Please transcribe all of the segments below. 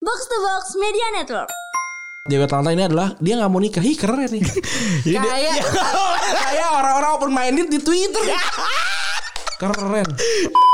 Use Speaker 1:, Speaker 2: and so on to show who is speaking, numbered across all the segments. Speaker 1: Box to Box Media Network.
Speaker 2: Diego Talanta ini adalah dia nggak mau nikah. Ih keren nih. Jadi dia-
Speaker 3: Kayak-
Speaker 2: Ya, kayak orang-orang open minded di Twitter. keren.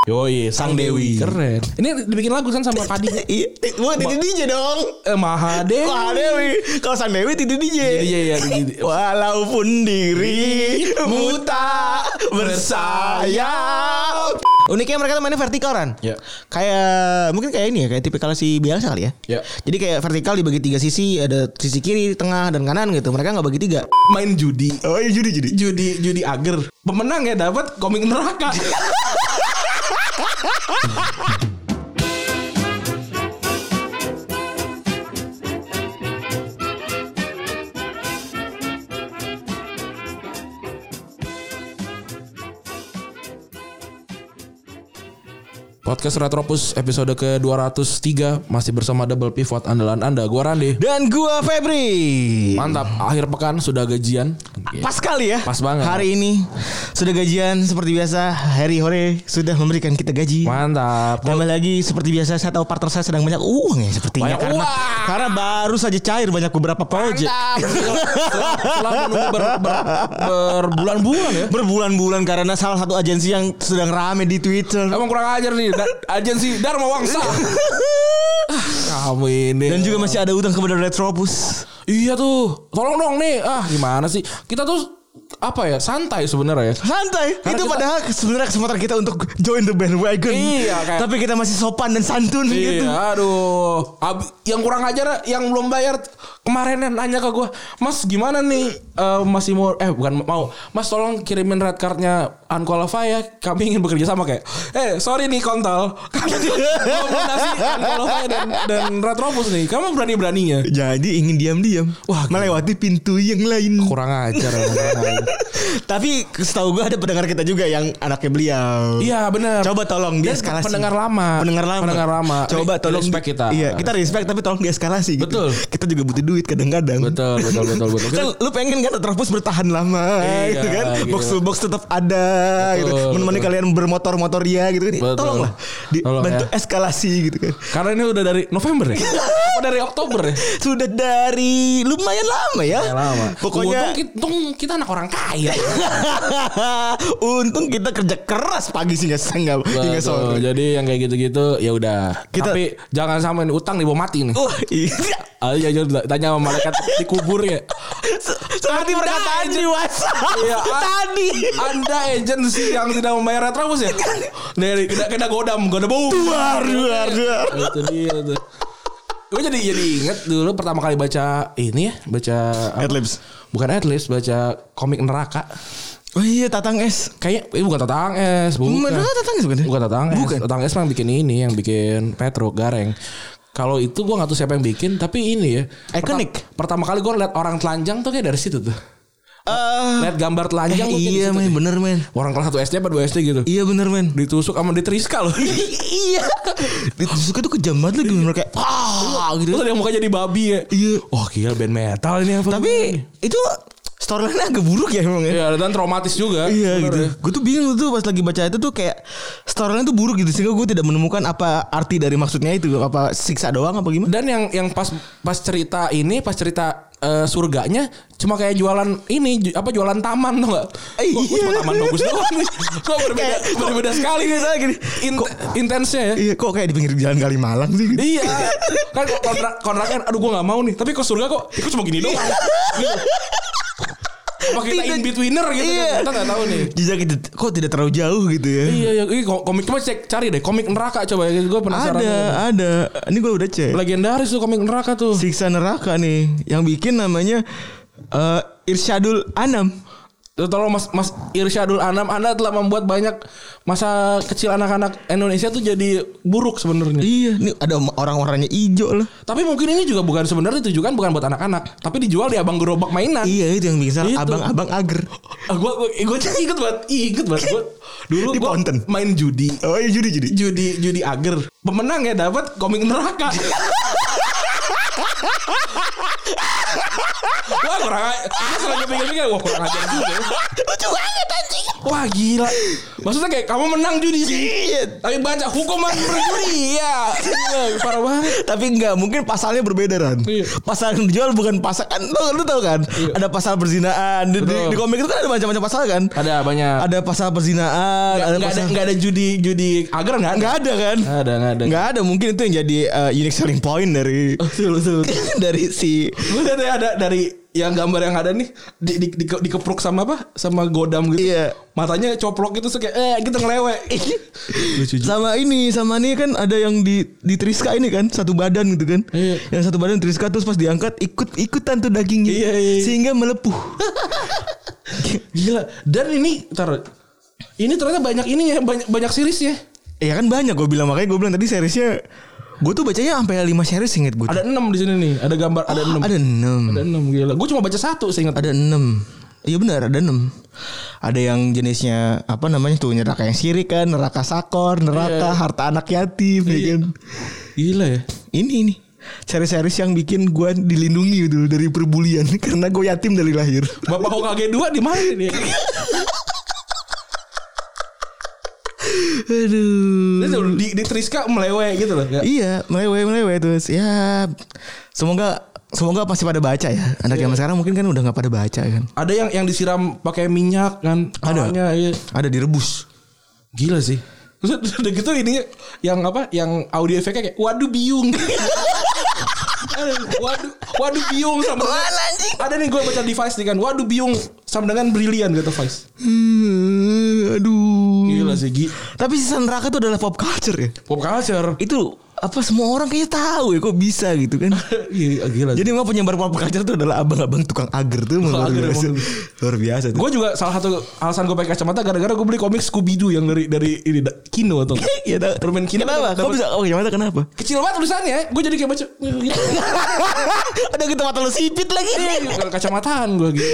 Speaker 2: Yoi, Sang Dewi. Keren. Ini dibikin lagu kan sama Padi.
Speaker 3: Iya, gua titi DJ dong.
Speaker 2: eh, Mahadewi.
Speaker 3: Wah Dewi, kalau sang Dewi titi DJ.
Speaker 2: Iya iya.
Speaker 3: Walaupun diri Iya. buta bersayap. Uniknya mereka tuh mainnya vertikal kan?
Speaker 2: Ya.
Speaker 3: Kayak mungkin kayak ini ya, kayak tipikal si biasa kali ya.
Speaker 2: Ya.
Speaker 3: Jadi kayak vertikal dibagi tiga sisi, ada sisi kiri, tengah, dan kanan gitu. Mereka nggak bagi tiga.
Speaker 2: Main judi.
Speaker 3: Oh iya judi judi.
Speaker 2: Judi judi ager. Pemenang ya dapat komik neraka. Podcast Retropus episode ke-203 masih bersama Double Pivot andalan Anda. Gua Rande.
Speaker 3: Dan gua Febri.
Speaker 2: Mantap, akhir pekan sudah gajian.
Speaker 3: Pas kali ya.
Speaker 2: Pas banget.
Speaker 3: Hari ini sudah gajian seperti biasa. Hari Hore sudah memberikan kita gaji.
Speaker 2: Mantap.
Speaker 3: Tambah lagi seperti biasa saya tahu partner saya sedang banyak uang ya sepertinya
Speaker 2: Banyak
Speaker 3: karena,
Speaker 2: uang.
Speaker 3: karena baru saja cair banyak beberapa project.
Speaker 2: Setelah setelah menunggu ber- ber- berbulan-bulan ya.
Speaker 3: Berbulan-bulan karena salah satu agensi yang sedang rame di Twitter.
Speaker 2: Emang kurang ajar nih da- agensi Dharma Wangsa. Ah, Kamu ini.
Speaker 3: Dan juga masih ada utang kepada Retropus.
Speaker 2: Iya tuh. Tolong dong nih. Ah, gimana sih? Kita tuh apa ya? Santai sebenarnya ya.
Speaker 3: Santai,
Speaker 2: Karena
Speaker 3: itu
Speaker 2: kita-
Speaker 3: padahal sebenarnya kesempatan kita untuk join the bandwagon.
Speaker 2: Iya, kayak-
Speaker 3: Tapi kita masih sopan dan santun gitu.
Speaker 2: Iya, aduh. Ab- yang kurang ajar yang belum bayar kemarin yang nanya ke gua, "Mas, gimana nih eh, masih mau eh bukan mau. Mas tolong kirimin red cardnya Unqualified ya. Kami ingin bekerja sama kayak. Eh, sorry nih kontol. Kami kombinasi Unqualified dan dan Retrobus nih. Kamu berani-beraninya.
Speaker 3: Jadi ingin diam-diam
Speaker 2: Wah,
Speaker 3: melewati pintu yang lain.
Speaker 2: Kurang ajar. emang, kurang ajar.
Speaker 3: Tapi setahu gue ada pendengar kita juga yang anaknya beliau.
Speaker 2: Iya, benar.
Speaker 3: Coba tolong
Speaker 2: Dia
Speaker 3: dieskalasi.
Speaker 2: pendengar lama.
Speaker 3: Pendengar lama.
Speaker 2: Pendengar lama.
Speaker 3: Coba
Speaker 2: Re-
Speaker 3: tolong
Speaker 2: respect kita.
Speaker 3: Iya, kita respect tapi tolong dieskalasi gitu.
Speaker 2: Betul.
Speaker 3: Kita juga butuh duit kadang-kadang.
Speaker 2: Betul, betul, betul, betul.
Speaker 3: Kan lu pengen kan terus bertahan lama
Speaker 2: Iya,
Speaker 3: gitu kan.
Speaker 2: gitu.
Speaker 3: Box to box tetap ada
Speaker 2: Betul,
Speaker 3: gitu. Menemani
Speaker 2: betul.
Speaker 3: kalian bermotor-motor ya gitu kan.
Speaker 2: Betul.
Speaker 3: Tolonglah di,
Speaker 2: Tolong,
Speaker 3: bantu
Speaker 2: ya.
Speaker 3: eskalasi gitu kan.
Speaker 2: Karena ini udah dari November ya? Apa dari Oktober ya?
Speaker 3: Sudah dari lumayan lama ya.
Speaker 2: Pokoknya
Speaker 3: Pokoknya
Speaker 2: untung kita, untung kita anak orang kaya.
Speaker 3: Untung kita kerja keras pagi hingga siang hingga
Speaker 2: Betul.
Speaker 3: sore.
Speaker 2: Jadi yang kayak gitu-gitu ya udah.
Speaker 3: Iya, Kita-
Speaker 2: Tapi jangan sampein utang nih bawa mati nih. Ah,
Speaker 3: Wah, iya.
Speaker 2: Ayo aja tanya sama malaikat di kubur ya.
Speaker 3: Seperti perkataan ah. di WhatsApp
Speaker 2: Iya, an-
Speaker 3: tadi.
Speaker 2: Anda agensi yang tidak membayar retrobus ya? Dari kena kena godam, goda bau. Iya,
Speaker 3: Duar, duar, duar.
Speaker 2: Itu dia tuh. Gue jadi jadi inget dulu pertama kali baca ini ya, baca apa?
Speaker 3: Adlibs.
Speaker 2: Bukan Adlibs, baca komik neraka.
Speaker 3: Oh iya, Tatang S.
Speaker 2: Kayaknya eh, bukan Tatang S, bukan.
Speaker 3: Menurut Tatang S bukan? ya?
Speaker 2: Bukan Tatang S.
Speaker 3: Bukan.
Speaker 2: Tatang S mah yang bikin ini, yang bikin Petro Gareng. Kalau itu gua nggak tahu siapa yang bikin, tapi ini ya.
Speaker 3: Iconic.
Speaker 2: Pertam- Pertama, kali gua lihat orang telanjang tuh kayak dari situ tuh.
Speaker 3: Eh,
Speaker 2: Lihat gambar
Speaker 3: eh,
Speaker 2: telanjang tuh kayak
Speaker 3: iya
Speaker 2: dari situ
Speaker 3: men,
Speaker 2: deh.
Speaker 3: bener men.
Speaker 2: Orang kelas 1 SD apa 2 SD gitu.
Speaker 3: Iya bener men.
Speaker 2: Ditusuk sama diteriska loh.
Speaker 3: iya. Ditusuknya tuh kejam banget lagi bener kayak ah
Speaker 2: Terus
Speaker 3: gitu.
Speaker 2: ada yang mukanya jadi babi ya.
Speaker 3: Iya.
Speaker 2: Wah gila band metal ini apa?
Speaker 3: Tapi itu storyline agak buruk ya emang ya.
Speaker 2: Iya dan traumatis juga.
Speaker 3: Iya
Speaker 2: Bener
Speaker 3: gitu.
Speaker 2: ya.
Speaker 3: Gue tuh bingung tuh pas lagi baca itu tuh kayak storyline tuh buruk gitu sehingga gue tidak menemukan apa arti dari maksudnya itu apa siksa doang apa gimana?
Speaker 2: Dan yang yang pas pas cerita ini pas cerita eh, surganya cuma kayak jualan ini ju- apa jualan taman tuh nggak?
Speaker 3: Eh,
Speaker 2: Kok-
Speaker 3: iya.
Speaker 2: kok taman bagus doang nih. Kok berbeda
Speaker 3: Kayak-
Speaker 2: berbeda sekali nih
Speaker 3: Misalnya gini,
Speaker 2: Int- intensnya ya.
Speaker 3: Iya kok kayak di pinggir jalan kali Malang sih gitu.
Speaker 2: Iya. Kan kok kontrak kontraknya aduh gua nggak mau nih. Tapi kok surga kok ikut cuma gini doang. Gitu. Apa kita
Speaker 3: Iya. Tidak-
Speaker 2: in betweener gitu
Speaker 3: Iya.
Speaker 2: kan? Kita nggak tahu nih.
Speaker 3: Jejak itu kok tidak terlalu jauh gitu ya.
Speaker 2: Iya, iya, iya, komik coba cek cari deh komik neraka coba ya. Gue penasaran.
Speaker 3: Ada, ada. Ini gue udah cek.
Speaker 2: Legendaris tuh komik neraka tuh.
Speaker 3: Siksa neraka nih yang bikin namanya eh, Irsyadul Anam.
Speaker 2: Tolong Mas Mas Irsyadul Anam Anda telah membuat banyak masa kecil anak-anak Indonesia tuh jadi buruk sebenarnya.
Speaker 3: Iya, nih ada orang-orangnya ijo lah.
Speaker 2: Tapi mungkin ini juga bukan sebenarnya ditujukan bukan buat anak-anak, tapi dijual di abang gerobak mainan.
Speaker 3: Iya itu yang bikin salah
Speaker 2: Itu.
Speaker 3: abang-abang ager.
Speaker 2: Ah, gua gua gua jadi inget banget, Ih, inget banget gua dulu
Speaker 3: Di
Speaker 2: gua
Speaker 3: Ponten.
Speaker 2: main judi.
Speaker 3: Oh iya judi judi.
Speaker 2: Judi judi ager. Pemenang ya dapat komik neraka. Wah kurang ajar Gue pikir-pikir Wah kurang ajar juga ya.
Speaker 3: Lucu banget anjing.
Speaker 2: Wah gila. Maksudnya kayak kamu menang judi sih.
Speaker 3: Shit.
Speaker 2: Tapi baca hukuman berjudi ya. Gila, parah banget.
Speaker 3: Tapi enggak, mungkin pasalnya berbeda kan.
Speaker 2: Iya.
Speaker 3: Pasal yang dijual bukan pasal kan lu, lu tahu kan?
Speaker 2: Iya.
Speaker 3: Ada pasal perzinaan. Di, di-
Speaker 2: Betul.
Speaker 3: di komik itu kan ada macam-macam pasal kan?
Speaker 2: Ada banyak. Ada,
Speaker 3: Ada pasal
Speaker 2: nggak
Speaker 3: perzinaan, ada
Speaker 2: nggak ada,
Speaker 3: pasal
Speaker 2: nggak ada judi judi agar nggak ada.
Speaker 3: Enggak ada kan?
Speaker 2: Nggak ada nggak ada.
Speaker 3: Enggak ada, mungkin itu yang jadi uh, unique selling point dari
Speaker 2: Oh, Betul betul. betul.
Speaker 3: dari si
Speaker 2: Lu lihat ya, ada dari yang gambar yang ada nih di, di, di, dikepruk sama apa? Sama godam gitu.
Speaker 3: Iya.
Speaker 2: Matanya coplok gitu so kayak eh gitu ngelewe. Lucu juga.
Speaker 3: sama ini sama nih kan ada yang di di Triska ini kan satu badan gitu kan
Speaker 2: Iya.
Speaker 3: yang satu badan Triska terus pas diangkat ikut ikutan tuh dagingnya
Speaker 2: Iya, iya, iya.
Speaker 3: sehingga melepuh
Speaker 2: Gila. Dan ini ntar ini ternyata banyak ini ya, banyak banyak series ya.
Speaker 3: ya kan banyak gue bilang makanya gue bilang tadi seriesnya gue tuh bacanya sampai 5 series inget gue
Speaker 2: Ada enam di sini nih. Ada gambar ada enam.
Speaker 3: ada enam
Speaker 2: Ada enam gila. Gue cuma baca satu seingat.
Speaker 3: ada enam iya benar ada enam ada yang jenisnya apa namanya tuh neraka yang sirik kan neraka sakor
Speaker 2: Iya.
Speaker 3: neraka harta anak yatim ya kan
Speaker 2: Gila ya.
Speaker 3: ini ini series-series yang bikin gue dilindungi dulu dari perbulian karena gue yatim dari lahir
Speaker 2: Bapak Hokage 2 di mana ya? nih?
Speaker 3: Aduh.
Speaker 2: Dia tuh di, di Triska melewe gitu loh. Nggak-
Speaker 3: Iya, melewe melewe terus. Ya, semoga semoga pasti pada baca ya. Anak zaman sekarang mungkin kan udah nggak pada baca kan.
Speaker 2: Ada yang yang disiram pakai minyak kan?
Speaker 3: Ada.
Speaker 2: Awalnya, iya.
Speaker 3: Ada direbus.
Speaker 2: Gila sih. Terus udah gitu ininya yang apa? Yang audio efeknya kayak waduh biung. waduh waduh biung sama dengan-
Speaker 3: Apaan, anjing?
Speaker 2: ada nih gue baca device nih kan waduh biung sama dengan brilian kata Vice
Speaker 3: Hmm, aduh.
Speaker 2: gila sih Gi.
Speaker 3: Tapi sisa neraka itu adalah pop culture ya.
Speaker 2: pop culture
Speaker 3: Itu apa semua orang kayaknya tahu ya kok bisa gitu kan.
Speaker 2: Iya, gila sih.
Speaker 3: Jadi emang penyebar pop culture itu adalah abang-abang tukang ager tuh emang luar
Speaker 2: ager
Speaker 3: biasa.
Speaker 2: emang.
Speaker 3: Luar biasa tuh.
Speaker 2: Gue juga salah satu alasan gue pakai kacamata gara-gara gue beli komik Scooby Doo yang dari dari ini da- Kino atau nggak?
Speaker 3: ya tahu.
Speaker 2: Permen kini
Speaker 3: kenapa?
Speaker 2: dapat-
Speaker 3: Kok bisa? Oh, kacamata kenapa?
Speaker 2: kecil banget tulisannya. Gue jadi kayak baca gitu.
Speaker 3: Ada gitu mata lu sipit lagi.
Speaker 2: kacamataan gue gitu.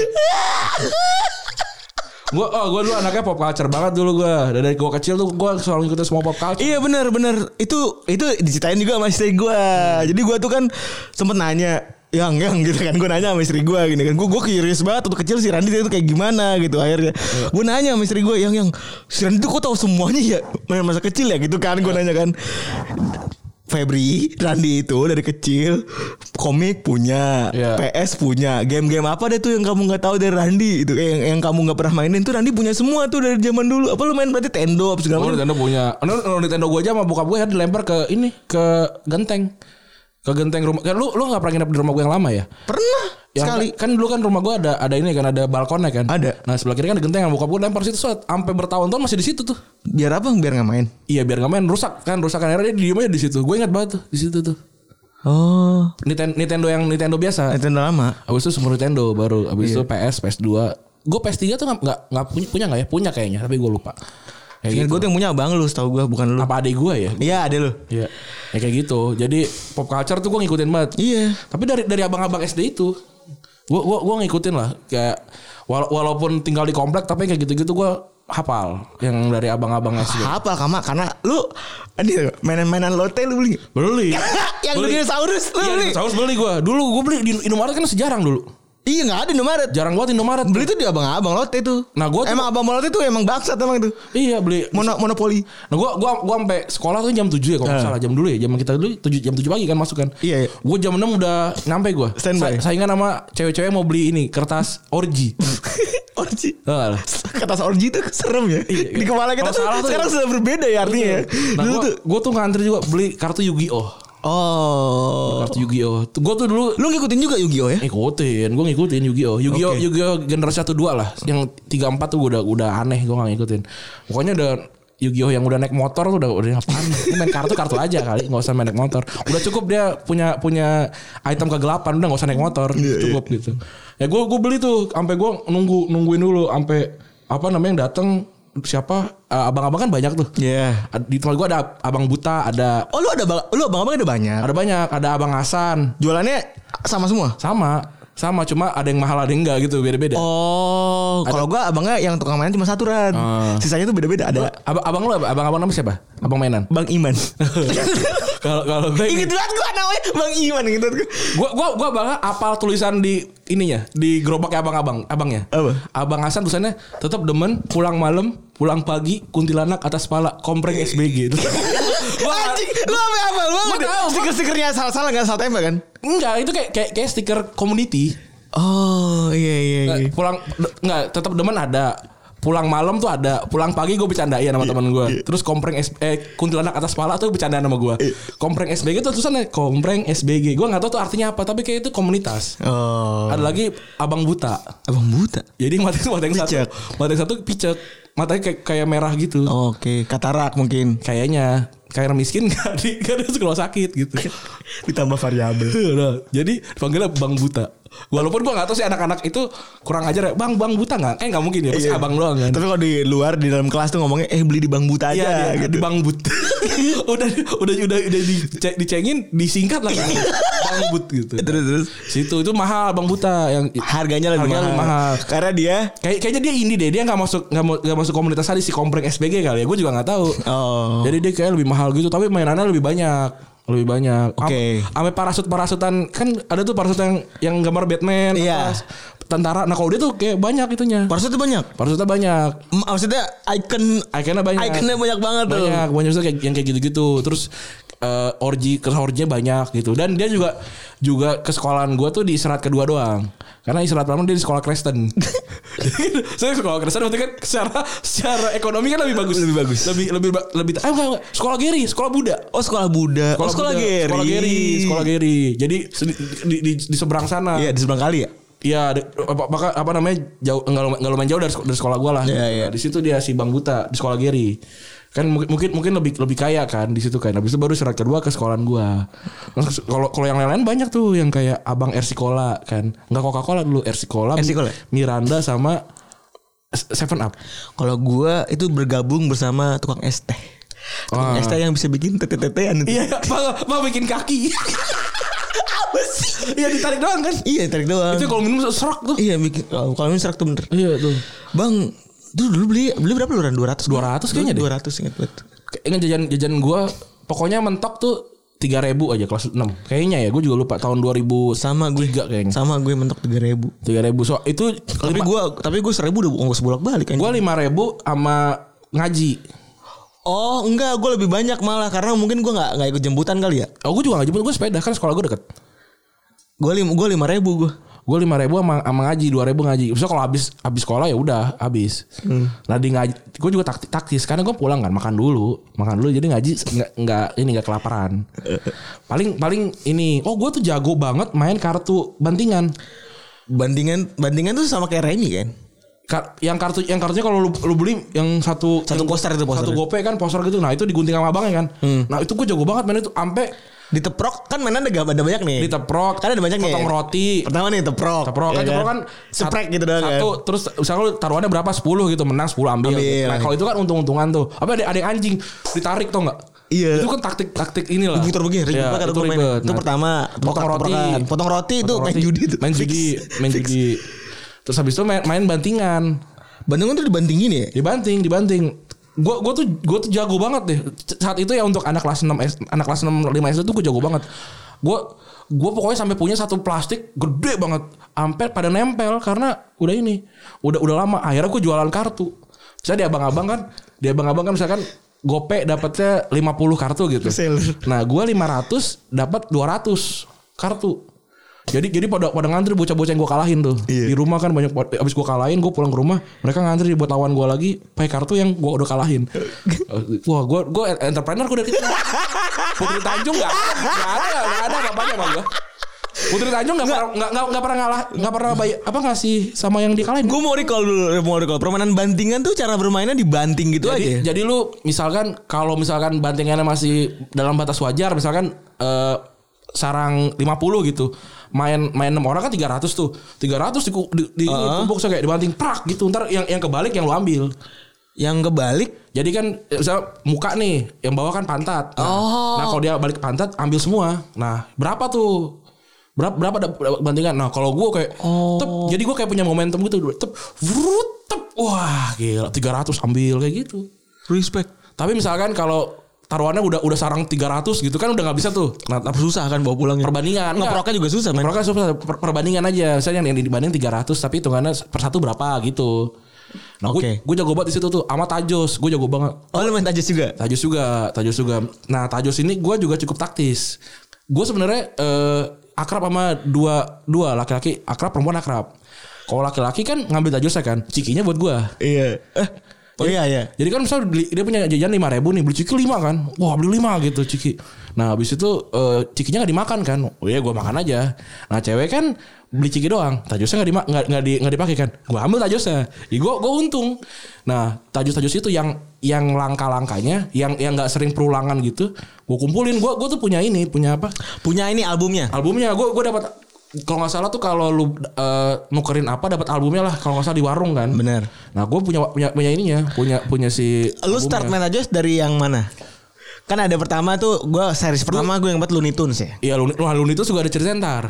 Speaker 2: Gue oh gue dulu anaknya pop culture banget dulu gue dari gue kecil tuh gue selalu ngikutin semua pop culture.
Speaker 3: Iya benar benar itu itu diceritain juga sama istri gue.
Speaker 2: Hmm.
Speaker 3: Jadi gue tuh kan sempet nanya yang yang gitu kan gue nanya sama istri gue gini kan gue gue curious banget waktu kecil si Randi itu kayak gimana gitu akhirnya
Speaker 2: Hmm.
Speaker 3: gue nanya sama istri gue yang yang si Randi tuh kok tahu semuanya ya Main masa kecil ya gitu kan gue
Speaker 2: Hmm.
Speaker 3: nanya kan Febri Randi itu dari kecil komik punya
Speaker 2: Iya.
Speaker 3: PS punya game-game apa deh tuh yang kamu nggak tahu dari Randi itu Eh, yang yang kamu nggak pernah mainin tuh Randi punya semua tuh dari zaman dulu apa lu main berarti Tendo apa segala
Speaker 2: Oh,
Speaker 3: macam
Speaker 2: Nintendo punya. Oh, no, Nintendo gue aja sama bokap gue ya dilempar ke ini ke genteng. Ke genteng rumah. Kan lu lu enggak pernah nginep di rumah gue yang lama ya?
Speaker 3: Pernah
Speaker 2: Yang
Speaker 3: sekali.
Speaker 2: Kan, kan dulu kan rumah gua ada ada ini kan ada balkonnya kan.
Speaker 3: Ada.
Speaker 2: Nah sebelah kiri kan ada genteng yang bokap gua lempar situ so, sampai bertahun-tahun masih di situ tuh.
Speaker 3: Biar apa? Biar nggak main.
Speaker 2: Iya biar nggak main rusak kan rusak kan akhirnya dia diem aja di situ. Gue ingat banget tuh di situ tuh.
Speaker 3: Oh,
Speaker 2: Nintendo, Nintendo yang Nintendo biasa.
Speaker 3: Nah, itu udah lama.
Speaker 2: Abis itu semua Nintendo baru. Abis itu PS, PS2. Gue PS3 tuh nggak nggak nggak punya punya nggak ya? Punya kayaknya tapi gue lupa. Kayak
Speaker 3: Ingat
Speaker 2: gitu.
Speaker 3: gue tuh yang punya abang lu, setahu gue bukan lu.
Speaker 2: Apa adik gue ya?
Speaker 3: Iya, ada lu.
Speaker 2: Iya. Ya kayak gitu. Jadi pop culture tuh gue ngikutin banget.
Speaker 3: Iya.
Speaker 2: Tapi dari dari abang-abang SD itu gua gua gua ngikutin lah kayak wala- walaupun tinggal di komplek tapi kayak gitu-gitu gua hafal yang dari abang-abang SD.
Speaker 3: Apa kama? Karena lu ini mainan-mainan lote lu beli. nggak?
Speaker 2: Beli.
Speaker 3: yang
Speaker 2: Beli.
Speaker 3: dinosaurus lu
Speaker 2: Iya,
Speaker 3: beli.
Speaker 2: dinosaurus beli gua. Dulu gua beli di Indomaret kan sejarang dulu.
Speaker 3: Iya, nggak ada Indomaret.
Speaker 2: Jarang banget Indomaret.
Speaker 3: Beli tuh di abang-abang lote tuh.
Speaker 2: Nah, gua tuh-
Speaker 3: emang abang lote tuh emang bangsat emang tuh.
Speaker 2: Iya, beli.
Speaker 3: Mono, monopoli.
Speaker 2: Nah gua gua gua sampai sekolah tuh jam 7 ya kalau nggak salah jam dulu ya. Jam kita dulu 7 jam 7 pagi kan masuk kan.
Speaker 3: Ah. Iya, iya.
Speaker 2: Gua jam 6 udah nyampe gua.
Speaker 3: Standby.
Speaker 2: Sa- saingan sama cewek-cewek mau beli ini kertas orgi.
Speaker 3: orji.
Speaker 2: Tau nggak lah?
Speaker 3: Kata orji tuh serem ya. Di kepala
Speaker 2: Iya, Kalau
Speaker 3: kita tuh
Speaker 2: salah tuh-
Speaker 3: sekarang sudah berbeda ya artinya. ya.
Speaker 2: Nah,
Speaker 3: Dulu
Speaker 2: gua,
Speaker 3: tuh
Speaker 2: gua tuh ngantri juga beli kartu Yu-Gi-Oh.
Speaker 3: Oh.
Speaker 2: Kartu Yu-Gi-Oh. Tuh, Gua tuh dulu
Speaker 3: Lu ngikutin juga Yu-Gi-Oh ya?
Speaker 2: ngikutin, gua ngikutin Yu-Gi-Oh. Yu-Gi-Oh,
Speaker 3: Oke.
Speaker 2: Yu-Gi-Oh generasi 1 2 lah. Yang 3 4 tuh gua udah udah aneh gua gak ngikutin. Pokoknya udah Yu-Gi-Oh yang udah naik motor tuh udah udah apaan? Lu main kartu kartu aja kali, nggak usah main naik motor. Udah cukup dia punya punya item kegelapan udah nggak usah naik motor, cukup gitu. Ya gua gua beli tuh sampai gua nunggu nungguin dulu sampai apa namanya yang datang siapa Eh, abang-abang kan banyak tuh.
Speaker 3: Iya.
Speaker 2: Ad- di tempat gua ada abang buta ada
Speaker 3: Oh lu ada bang, lu abang abang ada banyak.
Speaker 2: ada banyak ada abang Hasan
Speaker 3: Jualannya sama semua.
Speaker 2: sama sama cuma ada yang mahal ada yang enggak gitu beda-beda.
Speaker 3: Oh, kalau gua abangnya yang tukang mainan cuma satu ran.
Speaker 2: Ah.
Speaker 3: Sisanya tuh beda-beda ada
Speaker 2: Abang abang lu apa? abang abang namanya siapa? Abang mainan.
Speaker 3: Bang Iman.
Speaker 2: Kalau kalau gue
Speaker 3: Ingat banget gua namanya Bang Iman gitu.
Speaker 2: Gua gua gua bakal apal tulisan di ininya, di gerobaknya abang-abang, abangnya.
Speaker 3: Apa?
Speaker 2: Abang Hasan tulisannya tetap demen pulang malam, pulang pagi, kuntilanak atas pala, kompreng SBG. Gua-
Speaker 3: Anjing, lu apa apa lu?
Speaker 2: Gua
Speaker 3: apa?
Speaker 2: tahu, gua-
Speaker 3: Stiker-stikernya salah-salah enggak salah tembak kan?
Speaker 2: enggak, itu kayak kayak, kayak stiker community.
Speaker 3: Oh, iya iya iya.
Speaker 2: Pulang de- enggak, tetap demen ada. Pulang malam tuh ada, pulang pagi gue bercandain sama teman gue. Terus kompreng S eh, kuntilanak atas pala tuh bercandaan sama gue. Kompreng SBG tuh tulisannya kompreng SBG. Gua nggak tahu tuh artinya apa, tapi kayak itu komunitas.
Speaker 3: Oh.
Speaker 2: Ada lagi abang buta.
Speaker 3: Abang buta.
Speaker 2: Jadi mata mata yang
Speaker 3: Picek.
Speaker 2: satu, mata yang satu picek, matanya kayak kayak merah gitu.
Speaker 3: Oh. Oke, katarak mungkin.
Speaker 2: Kayaknya kayak orang miskin gak, di, gak ada sekolah sakit gitu.
Speaker 3: Ditambah variabel.
Speaker 2: Nah, Jadi panggilnya Bang Buta. Walaupun gua gak tahu sih anak-anak itu kurang ajar ya. Bang Bang Buta nggak? Kayak nggak mungkin ya. Pasti
Speaker 3: Iya.
Speaker 2: abang doang kan.
Speaker 3: Tapi kalau di luar di dalam kelas tuh ngomongnya eh beli di Bang Buta
Speaker 2: Iya,
Speaker 3: aja
Speaker 2: di- di
Speaker 3: gitu.
Speaker 2: Bang But. udah udah udah udah dice- dicengin, disingkat lah kan. Bang But gitu.
Speaker 3: Terus terus
Speaker 2: Situ itu mahal Bang Buta yang
Speaker 3: harganya lebih
Speaker 2: Harganya
Speaker 3: mahal.
Speaker 2: lebih mahal.
Speaker 3: Karena dia
Speaker 2: Kayak, kayaknya dia ini deh, dia nggak masuk nggak mau- nggak masuk komunitas tadi si kompreng SBG kali ya, gue juga nggak tahu.
Speaker 3: Oh.
Speaker 2: Jadi dia kayak lebih mahal gitu, tapi mainannya lebih banyak lebih banyak.
Speaker 3: Oke.
Speaker 2: Ame parasut parasutan kan ada tuh parasut yang yang gambar Batman,
Speaker 3: Iya.
Speaker 2: atas, tentara. Nah kalau dia tuh kayak banyak itunya.
Speaker 3: Parasutnya banyak.
Speaker 2: Parasutnya banyak.
Speaker 3: M- Maksudnya icon
Speaker 2: Ikonnya banyak.
Speaker 3: Iconnya banyak banget tuh.
Speaker 2: Banyak, banyak Maksudnya kayak yang kayak gitu-gitu. Terus eh, orgi ke orginya banyak gitu. Dan dia juga juga ke sekolahan gua tuh di istirahat kedua doang. Karena istirahat pertama dia di sekolah Kristen. Saya sekolah Kristen berarti kan secara secara ekonomi kan lebih bagus. Lebih bagus. Lebih lebih ba- lebih eh, enggak, enggak. sekolah Geri, sekolah Buddha.
Speaker 3: Oh sekolah Buddha. oh sekolah
Speaker 2: Buddha,
Speaker 3: Geri.
Speaker 2: Sekolah Geri, sekolah Geri. Jadi di, di, di- di seberang sana.
Speaker 3: Iya di seberang kali ya.
Speaker 2: Iya, de- apa, apa, apa namanya jauh enggak lumayan, enggak lumayan jauh dari, sek- dari sekolah gua lah. Nah,
Speaker 3: Iya, iya.
Speaker 2: Di situ dia si Bang Buta di sekolah Geri. Kan mungkin mungkin, mungkin lebih lebih kaya kan di situ kan. Habis itu baru surat kedua ke sekolahan gua. Terus Kalau kalau yang lain-lain banyak tuh yang kayak Abang Ersikola kan. Enggak Coca-Cola dulu Ersikola,
Speaker 3: Ersikola?
Speaker 2: Miranda sama S- Seven Up.
Speaker 3: Kalau gua itu bergabung bersama tukang es teh. Tukang
Speaker 2: Wah.
Speaker 3: es teh yang bisa bikin tetetean itu.
Speaker 2: Iya, Pak, Pak bikin kaki. Apa sih? Iya ditarik doang kan.
Speaker 3: Iya tarik doang.
Speaker 2: Itu kalau minum serok tuh.
Speaker 3: Iya bikin kalau kalau ini serak tuh bener.
Speaker 2: Iya tuh.
Speaker 3: Bang, dulu dulu beli beli berapa lu Ran? 200.
Speaker 2: 200 kayaknya deh.
Speaker 3: 200 ingat banget.
Speaker 2: Ingat jajan jajan gua pokoknya mentok tuh tiga ribu aja kelas 6 kayaknya ya gue juga lupa tahun 2000
Speaker 3: Sama gue.
Speaker 2: Tiga kayaknya.
Speaker 3: Sama gue mentok 3000.
Speaker 2: tiga ribu so itu
Speaker 3: Tapi gue tapi gue 1000 udah ongkos bolak-balik kan.
Speaker 2: gue lima ribu sama ngaji
Speaker 3: Oh, enggak, gue lebih banyak malah karena mungkin gue nggak nggak ikut jemputan kali ya.
Speaker 2: oh gue juga nggak jemput gue sepeda kan sekolah gue deket
Speaker 3: Gue lima gue lima ribu gue.
Speaker 2: gue lima ribu sama, sama ngaji dua ribu ngaji so kalau habis habis sekolah ya udah habis nah di ngaji gue juga taktis, taktis karena gue pulang kan makan dulu makan dulu jadi ngaji nggak nggak ini nggak kelaparan paling paling ini oh gue tuh jago banget main kartu bantingan
Speaker 3: Bandingan bandingan tuh sama kayak Remy kan.
Speaker 2: Kar- yang kartu yang kartunya kalau lu, lu beli yang satu yang-
Speaker 3: Satu poster itu, poster.
Speaker 2: satu
Speaker 3: Hmm.
Speaker 2: gope kan poster gitu nah itu digunting sama abangnya kan nah itu gue jago banget main itu ampe
Speaker 3: Diteprok kan mainan ada, gak- ada banyak nih.
Speaker 2: diteprok
Speaker 3: Kan ada banyak nih.
Speaker 2: potong roti
Speaker 3: Pertama nih teprok.
Speaker 2: teprok
Speaker 3: ya
Speaker 2: kan teprok kan
Speaker 3: seprek
Speaker 2: sat-
Speaker 3: gitu doang
Speaker 2: satu
Speaker 3: kan.
Speaker 2: terus misalnya lu taruhannya berapa 10 gitu menang 10 ambil,
Speaker 3: Ambil.
Speaker 2: nah kalau itu kan untung-untungan tuh apa ada ada yang anjing ditarik tau nggak
Speaker 3: Iya.
Speaker 2: itu kan taktik taktik inilah
Speaker 3: Diputar begini, ribet
Speaker 2: Iya,
Speaker 3: banget
Speaker 2: itu
Speaker 3: gue main.
Speaker 2: ribet.
Speaker 3: Itu pertama,
Speaker 2: potong
Speaker 3: teprok-
Speaker 2: roti
Speaker 3: teprokan. Potong roti itu
Speaker 2: Potong
Speaker 3: main
Speaker 2: roti.
Speaker 3: judi itu.
Speaker 2: main
Speaker 3: Fix.
Speaker 2: judi main
Speaker 3: Fix.
Speaker 2: judi terus habis itu main, main bantingan
Speaker 3: Bandingan tuh dibantingin ya.
Speaker 2: dibanting dibanting gue gue tuh gue tuh jago banget deh C- saat itu ya untuk anak kelas 6 S, anak kelas 6 5 SD tuh gue jago banget gue gue pokoknya sampai punya satu plastik gede banget amper pada nempel karena udah ini udah udah lama akhirnya gue jualan kartu misalnya di abang-abang kan di abang-abang kan misalkan gope dapatnya 50 kartu gitu
Speaker 3: Seller.
Speaker 2: nah gue 500 dapat 200 kartu jadi jadi pada pada ngantri bocah-bocah yang gue kalahin tuh
Speaker 3: Iya.
Speaker 2: di rumah kan banyak abis gue kalahin gue pulang ke rumah mereka ngantri buat lawan gue lagi pakai kartu yang gue udah kalahin wah gue gue entrepreneur gue dari kecil Putri Tanjung nggak nggak ada nggak ada apa-apanya sama gue Putri Tanjung nggak pernah nggak nggak- nggak pernah ngalah nggak pernah bay- apa ngasih sama yang dikalahin
Speaker 3: Gue mau recall dulu, mau recall. Permainan bantingan tuh cara bermainnya dibanting gitu
Speaker 2: jadi,
Speaker 3: aja.
Speaker 2: jadi lu misalkan kalau misalkan bantingannya masih dalam batas wajar misalkan eh, sarang 50 gitu. Main main 6 orang kan 300 tuh. 300 di di, di tumpuk, so kayak dibanting prak gitu. Ntar yang yang kebalik yang lu ambil.
Speaker 3: Yang kebalik
Speaker 2: Jadi kan eh, misalnya muka nih yang bawah kan pantat. Nah,
Speaker 3: Oh.
Speaker 2: nah kalau dia balik ke pantat ambil semua. Nah, berapa tuh? berapa berapa ada berapa bantingan nah kalau gue kayak
Speaker 3: Oh.
Speaker 2: tep, jadi gue kayak punya momentum gitu tep vrut, tep wah gila 300 ambil kayak gitu
Speaker 3: Respect.
Speaker 2: tapi misalkan kalau taruhannya udah udah sarang 300 gitu kan udah nggak bisa tuh nah, tapi
Speaker 3: Susah kan bawa pulangnya.
Speaker 2: perbandingan Nggak,
Speaker 3: Ngeproknya juga susah men.
Speaker 2: Ngeproknya susah. Per- perbandingan aja misalnya yang dibanding 300 tapi hitungannya per satu berapa gitu nah gue
Speaker 3: Oke.
Speaker 2: gue jago banget di situ tuh sama tajos gue jago banget
Speaker 3: Oh lu main tajus juga?
Speaker 2: Tajus juga, Tajus juga. Nah, Tajus ini gue juga cukup taktis. Gue sebenarnya eh, akrab sama dua dua laki-laki, akrab perempuan akrab. Kalau laki-laki kan ngambil Tajusnya kan, cikinya buat gue.
Speaker 3: Iya. Eh. Oh iya iya.
Speaker 2: Jadi kan misal beli- dia punya jajan lima ribu nih beli ciki lima kan, wah beli lima gitu ciki. Nah habis itu eh, cikinya nggak dimakan kan, oh iya gue makan aja. Nah cewek kan beli ciki doang, tajusnya nggak dimak nggak nggak di, nggak dipakai kan, gue ambil tajusnya, ya, gue gue untung. Nah tajus-tajus itu yang yang langka-langkanya, yang yang nggak sering perulangan gitu, gue kumpulin, gue gue tuh punya ini punya apa?
Speaker 3: Punya ini albumnya.
Speaker 2: Albumnya, gue gue dapat kalau nggak salah tuh kalau lu eh, nukerin apa dapat albumnya lah kalau nggak salah di warung kan.
Speaker 3: Bener.
Speaker 2: Nah, gue punya punya punya ininya, punya punya si
Speaker 3: Lu
Speaker 2: albumnya.
Speaker 3: start main tajus dari yang mana? Kan ada pertama tuh gua series pertama gue yang buat Looney Tunes ya.
Speaker 2: Iya, Luni, Wah, Luni itu juga ada cerita ntar.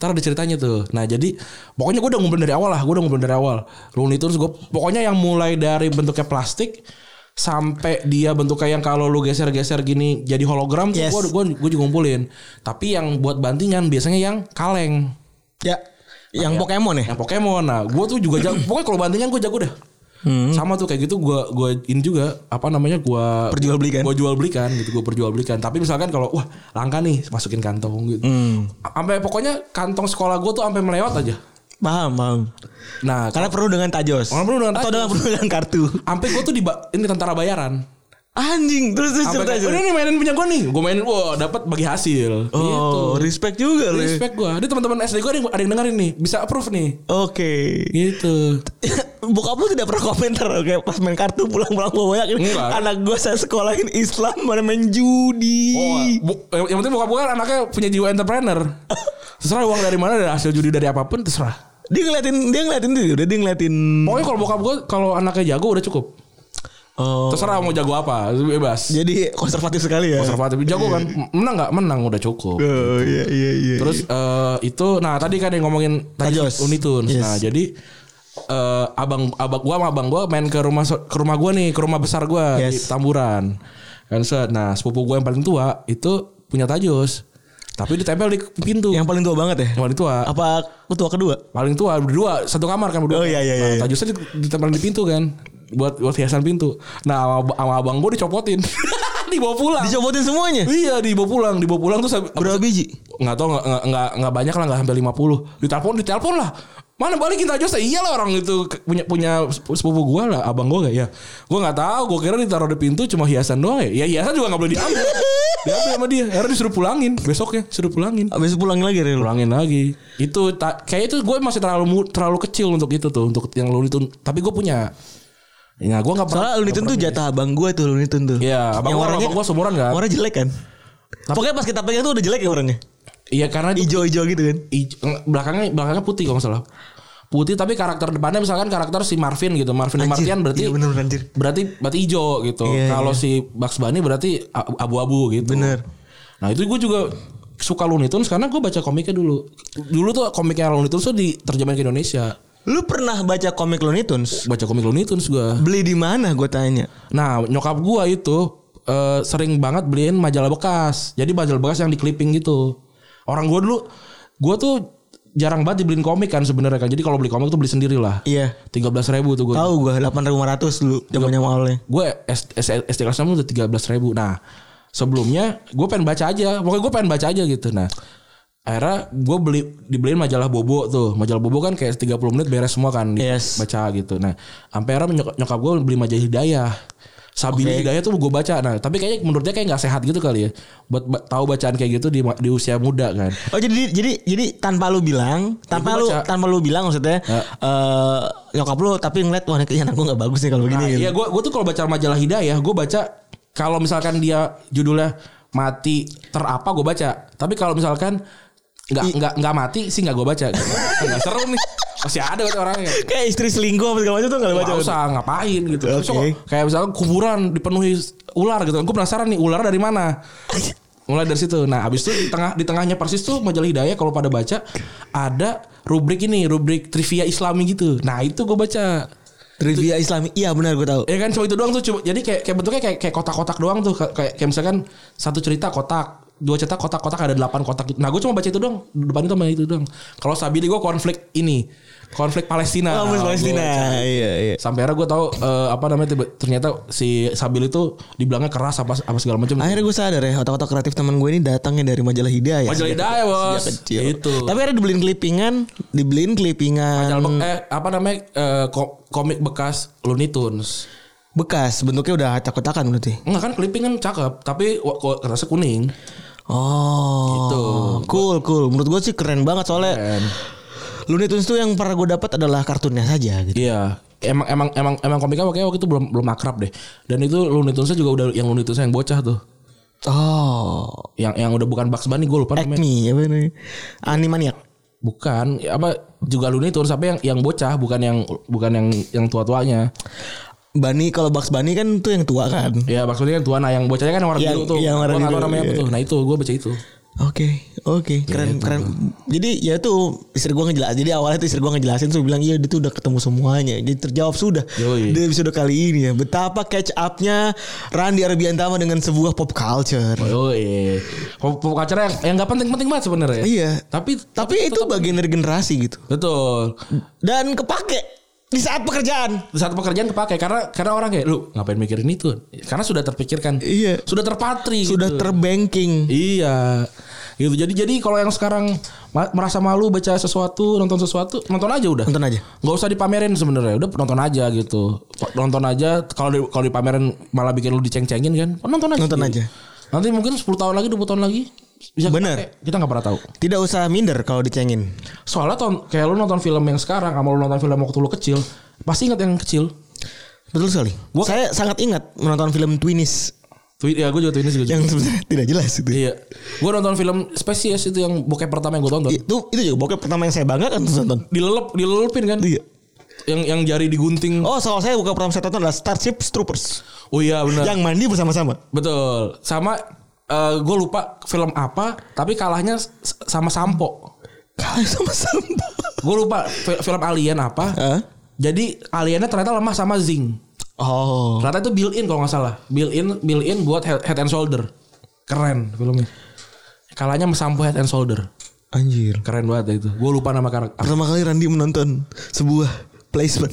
Speaker 2: Ntar ada ceritanya tuh. Nah, jadi pokoknya gue udah ngumpulin dari awal lah. Gue udah ngumpulin dari awal. Luni itu gue pokoknya yang mulai dari bentuknya plastik sampai dia bentuknya yang kalau lu geser-geser gini jadi hologram tuh
Speaker 3: Yes.
Speaker 2: gue gue gue juga ngumpulin. Tapi yang buat bantingan biasanya yang kaleng,
Speaker 3: Ya. Yang Pokemon ya?
Speaker 2: Iya. yang Pokemon. Nah, gue tuh juga jago. pokoknya kalau bantingan gue jago deh.
Speaker 3: Hmm.
Speaker 2: Sama tuh kayak gitu gue gue in juga apa namanya gue
Speaker 3: Perjualbelikan.
Speaker 2: gue jual belikan gitu gue perjual belikan tapi misalkan kalau wah langka nih masukin kantong gitu
Speaker 3: Hmm.
Speaker 2: sampai pokoknya kantong sekolah gue tuh sampai melewat aja
Speaker 3: Paham, paham.
Speaker 2: nah
Speaker 3: Karena perlu dengan tajos.
Speaker 2: Karena perlu dengan
Speaker 3: Atau
Speaker 2: tajos.
Speaker 3: dengan perlu dengan kartu.
Speaker 2: sampai gue tuh di ba- ini tentara bayaran
Speaker 3: Anjing, terus terus
Speaker 2: sampai
Speaker 3: cerita
Speaker 2: kayak, gitu.
Speaker 3: aja.
Speaker 2: udah nih mainin punya gue nih gue mainin wah dapat bagi hasil Gitu.
Speaker 3: Oh, respect juga lu. ya.
Speaker 2: respect gue ini teman-teman SD gue ada, yang- ada yang dengerin nih bisa approve nih
Speaker 3: Oke.
Speaker 2: gitu
Speaker 3: Bokap lu tidak pernah komentar kayak pas main kartu pulang-pulang bawa banyak ini.
Speaker 2: Enggak.
Speaker 3: Anak gua saya sekolahin Islam mana main judi.
Speaker 2: Oh, bu- yang yang penting bokap gue kan anaknya punya jiwa entrepreneur. Terserah uang dari mana, dari hasil judi dari apapun terserah.
Speaker 3: Dia ngeliatin dia ngeliatin tuh udah dia ngeliatin.
Speaker 2: Pokoknya kalau bokap gue kalau anaknya jago udah cukup.
Speaker 3: Oh.
Speaker 2: Terserah mau jago apa, bebas.
Speaker 3: Jadi konservatif sekali ya.
Speaker 2: Konservatif jago kan, menang nggak menang udah cukup.
Speaker 3: Oh iya iya iya.
Speaker 2: Terus eh, itu nah tadi kan yang ngomongin tadi
Speaker 3: Tajos.
Speaker 2: Unitunes.
Speaker 3: Yes.
Speaker 2: Nah, jadi eh, abang abang gua sama abang gua main ke rumah so- ke rumah gua nih, ke rumah besar gua di
Speaker 3: Yes.
Speaker 2: Tamburan. Kan set. Nah, sepupu gua yang paling tua itu punya tajos. Tapi ditempel di pintu.
Speaker 3: yang paling tua banget ya?
Speaker 2: Yang paling tua.
Speaker 3: Apa ketua kedua?
Speaker 2: Paling tua berdua satu kamar kan berdua.
Speaker 3: Oh, iya, iya,
Speaker 2: Nah,
Speaker 3: iya.
Speaker 2: tajosnya di- ditempel di pintu kan. Buat buat hiasan pintu. Nah, sama ab- sama abang gua dicopotin. dibawa pulang.
Speaker 3: Dicopotin semuanya.
Speaker 2: Iya, dibawa pulang, dibawa pulang tuh sampai-
Speaker 3: Berapa biji?
Speaker 2: nggak tahu nggak nggak- nggak nggak banyak lah nggak hampir 50 ditelepon ditelepon lah mana balikin tajos ya iyalah orang itu ke- punya punya sepupu gua lah abang gua kayak ya gua nggak tahu gua kira ditaruh di pintu cuma hiasan doang ya ya hiasan juga nggak boleh diambil diambil sama dia akhirnya disuruh pulangin besoknya disuruh pulangin
Speaker 3: Abis itu pulang lagi Ril.
Speaker 2: pulangin lagi itu ta- kayak itu gue masih terlalu mu- terlalu kecil untuk itu tuh untuk yang lu itu tapi gue punya ya gue nggak
Speaker 3: Soalnya Looney Tunes tuh jatah abang gua tuh Looney Tunes tuh.
Speaker 2: Iya, abang
Speaker 3: Yang
Speaker 2: gua-
Speaker 3: warnanya-
Speaker 2: abang gua seumuran kan?
Speaker 3: Warnanya jelek kan? Pokoknya pas kita pegang tuh udah jelek ya warnanya.
Speaker 2: iya karena
Speaker 3: Ijo-ijo gitu kan.
Speaker 2: Ijo- enggak, belakangnya belakangnya putih kalau nggak salah putih tapi karakter depannya misalkan karakter si Marvin gitu Marvin dan Martian berarti
Speaker 3: Iya bener bener, anjir.
Speaker 2: berarti berarti hijau gitu
Speaker 3: Iya,
Speaker 2: kalau si Bugs Bunny berarti a- abu-abu gitu
Speaker 3: Bener.
Speaker 2: nah itu gue juga suka Looney Tunes karena gue baca komiknya dulu dulu tuh komiknya Looney Tunes tuh diterjemahin ke Indonesia
Speaker 3: Lu pernah baca komik Looney Tunes?
Speaker 2: baca komik Looney Tunes gue
Speaker 3: Beli di mana gue tanya?
Speaker 2: nah nyokap gue itu eh, sering banget beliin majalah bekas jadi majalah bekas yang di clipping gitu orang gue dulu gue tuh jarang banget dibeliin komik kan sebenarnya kan jadi kalau beli komik tuh beli sendiri lah
Speaker 3: Iya.
Speaker 2: tiga belas ribu tuh gue
Speaker 3: Tahu gue 8500 dulu zamannya awalnya.
Speaker 2: gue S- S- SD kelas 6 udah tiga belas ribu nah sebelumnya gue pengen baca aja pokoknya gue pengen baca aja gitu nah akhirnya gue beli dibeliin majalah Bobo tuh majalah Bobo kan kayak 30 menit beres semua kan di-
Speaker 3: Yes.
Speaker 2: baca gitu nah sampai akhirnya nyok- nyokap gue beli majalah Hidayah Sabili
Speaker 3: Oke.
Speaker 2: Hidayah tuh gue baca nah tapi kayaknya menurut dia kayak nggak sehat gitu kali ya buat ba- tahu bacaan kayak gitu di ma- di usia muda kan
Speaker 3: Oh jadi jadi jadi tanpa lu bilang,
Speaker 2: gua
Speaker 3: tanpa lu
Speaker 2: baca. Ya.
Speaker 3: tanpa lu bilang maksudnya eh nyokap lu tapi ngeliat wah ini kayaknya anak gue gak bagus nih kalau begini.
Speaker 2: Nah,
Speaker 3: gitu.
Speaker 2: iya gue gue tuh kalau baca majalah Hidayah gue baca kalau misalkan dia judulnya mati terapa gue baca. Tapi kalau misalkan nggak nggak nggak mati sih nggak gue baca. Nggak seru nih. Masih ada gitu orangnya.
Speaker 3: Kayak istri selingkuh apa segala macam tuh gak
Speaker 2: Gak
Speaker 3: baca.
Speaker 2: usah ngapain gitu. Terus
Speaker 3: Oke.
Speaker 2: kan. kok kayak misalkan kuburan dipenuhi ular gitu. Gue penasaran nih ular dari mana. mulai dari situ nah abis itu di tengah di tengahnya persis tuh majalah hidayah kalau pada baca ada rubrik ini rubrik trivia islami gitu nah itu gue baca
Speaker 3: Trivia Islami. Iya benar gue tahu.
Speaker 2: ya kan cuma itu doang tuh cuma jadi kayak kayak bentuknya kayak kayak kotak-kotak doang tuh kayak kayak misalkan satu cerita kotak dua cerita kotak-kotak ada delapan kotak gitu. Nah gue cuma baca itu doang depan itu sama itu doang. Kalau Sabili gue konflik ini konflik Palestina. Nah,
Speaker 3: Kampus
Speaker 2: gua
Speaker 3: Oh, Palestina. Iya iya.
Speaker 2: sampai akhirnya gue tahu eh, apa namanya tiba- ternyata si Sabil itu dibilangnya keras apa apa segala macam
Speaker 3: Akhirnya gue sadar ya otak-otak kreatif teman gue ini datangnya dari majalah Hidayah.
Speaker 2: majalah hidayah ya, bos
Speaker 3: Sejak Iya, kecil.
Speaker 2: itu
Speaker 3: Tapi ada dibeliin clippingan, dibeliin clippingan
Speaker 2: majalah be- eh, apa namanya eh, ko- komik bekas Looney Tunes
Speaker 3: bekas, bentuknya udah acak-acakan berarti.
Speaker 2: enggak kan clipping kan cakep tapi wa- kok kertasnya kuning
Speaker 3: Oh,
Speaker 2: Gitu.
Speaker 3: cool cool. Menurut gue sih keren banget soalnya
Speaker 2: Keren.
Speaker 3: Looney Tunes tuh yang pernah gue dapat adalah kartunnya saja gitu.
Speaker 2: Iya, emang emang emang emang komiknya waktu waktu itu belum belum akrab deh. Dan itu Looney Tunes juga udah yang Looney Tunes yang bocah tuh.
Speaker 3: Oh,
Speaker 2: Yang yang udah bukan Bugs Bunny gue lupa namanya.
Speaker 3: Acme apa ini? Animaniac.
Speaker 2: Bukan ya apa juga Looney Tunes tapi yang yang bocah bukan yang bukan yang yang tua-tuanya.
Speaker 3: Bani kalau Bugs Bunny kan tuh yang tua kan.
Speaker 2: Ya Bugs Bunny kan tua nah yang bocahnya kan yang warna
Speaker 3: Yang-
Speaker 2: biru tuh.
Speaker 3: yang warna
Speaker 2: Gua nggak tahu
Speaker 3: biru,
Speaker 2: namanya apa
Speaker 3: iya.
Speaker 2: tuh. Nah itu gue baca itu.
Speaker 3: Oke,
Speaker 2: Iya,
Speaker 3: oke, keren, keren. Jadi ya tuh istri gua ngejelasin. Jadi awalnya tuh istri gua ngejelasin, terus bilang iya dia tuh udah ketemu semuanya. Jadi terjawab sudah.
Speaker 2: Yoi.
Speaker 3: Di episode kali ini ya, betapa catch upnya Randy Arbiantama dengan sebuah pop culture.
Speaker 2: Oh iya. Pop pop culture yang yang nggak penting-penting banget sebenarnya.
Speaker 3: Iya.
Speaker 2: Tapi
Speaker 3: Tapi itu bagian dari generasi gitu.
Speaker 2: betul.
Speaker 3: Dan kepake di saat pekerjaan.
Speaker 2: Saat pekerjaan kepake karena karena orang kayak lu ngapain mikirin itu? Karena sudah terpikirkan.
Speaker 3: Iya.
Speaker 2: Sudah terpatri
Speaker 3: Sudah
Speaker 2: gitu.
Speaker 3: terbanking.
Speaker 2: Iya. Gitu. Jadi jadi kalau yang sekarang ma- merasa malu baca sesuatu, nonton sesuatu, nonton aja udah.
Speaker 3: Nonton aja.
Speaker 2: Nggak usah dipamerin sebenarnya. Udah nonton aja gitu. Nonton aja kalau di, kalau dipamerin malah bikin lu diceng-cengin kan. Nonton aja.
Speaker 3: Nonton aja.
Speaker 2: Nanti mungkin 10 tahun lagi, 20 tahun lagi bisa
Speaker 3: Bener.
Speaker 2: kepake. Kita nggak pernah tahu.
Speaker 3: Tidak usah minder kalau dicengin.
Speaker 2: Soalnya ton, kayak lu nonton film yang sekarang sama lu nonton film waktu lu kecil, pasti ingat yang kecil.
Speaker 3: Betul sekali.
Speaker 2: Gua-
Speaker 3: Saya sangat ingat menonton film Twinies
Speaker 2: Tweet ya gue juga tweetnya juga.
Speaker 3: yang sebenarnya tidak jelas itu.
Speaker 2: Iya. Gue nonton film Spesies itu yang bokep pertama yang gue tonton.
Speaker 3: Itu itu juga bokep pertama yang saya banggakan terus nonton.
Speaker 2: Dilelep, dilelupin kan.
Speaker 3: Iya.
Speaker 2: Yang yang jari digunting.
Speaker 3: Oh, soal saya buka program saya tonton adalah Starship Troopers.
Speaker 2: Oh iya benar.
Speaker 3: Yang mandi bersama-sama.
Speaker 2: Betul. Sama gue lupa film apa, tapi kalahnya s- sama Sampo.
Speaker 3: Kalah sama-sama.
Speaker 2: Gue lupa fi- film alien apa.
Speaker 3: Hah?
Speaker 2: Jadi aliennya ternyata lemah sama Zing.
Speaker 3: Oh.
Speaker 2: Ternyata itu built in kalau nggak salah. Built in, built in buat head, Head and shoulder. Keren filmnya. Kalahnya sama Sampo head and shoulder.
Speaker 3: Anjir.
Speaker 2: Keren banget itu. Gue lupa nama karakter.
Speaker 3: Pertama kali Randy menonton sebuah placement.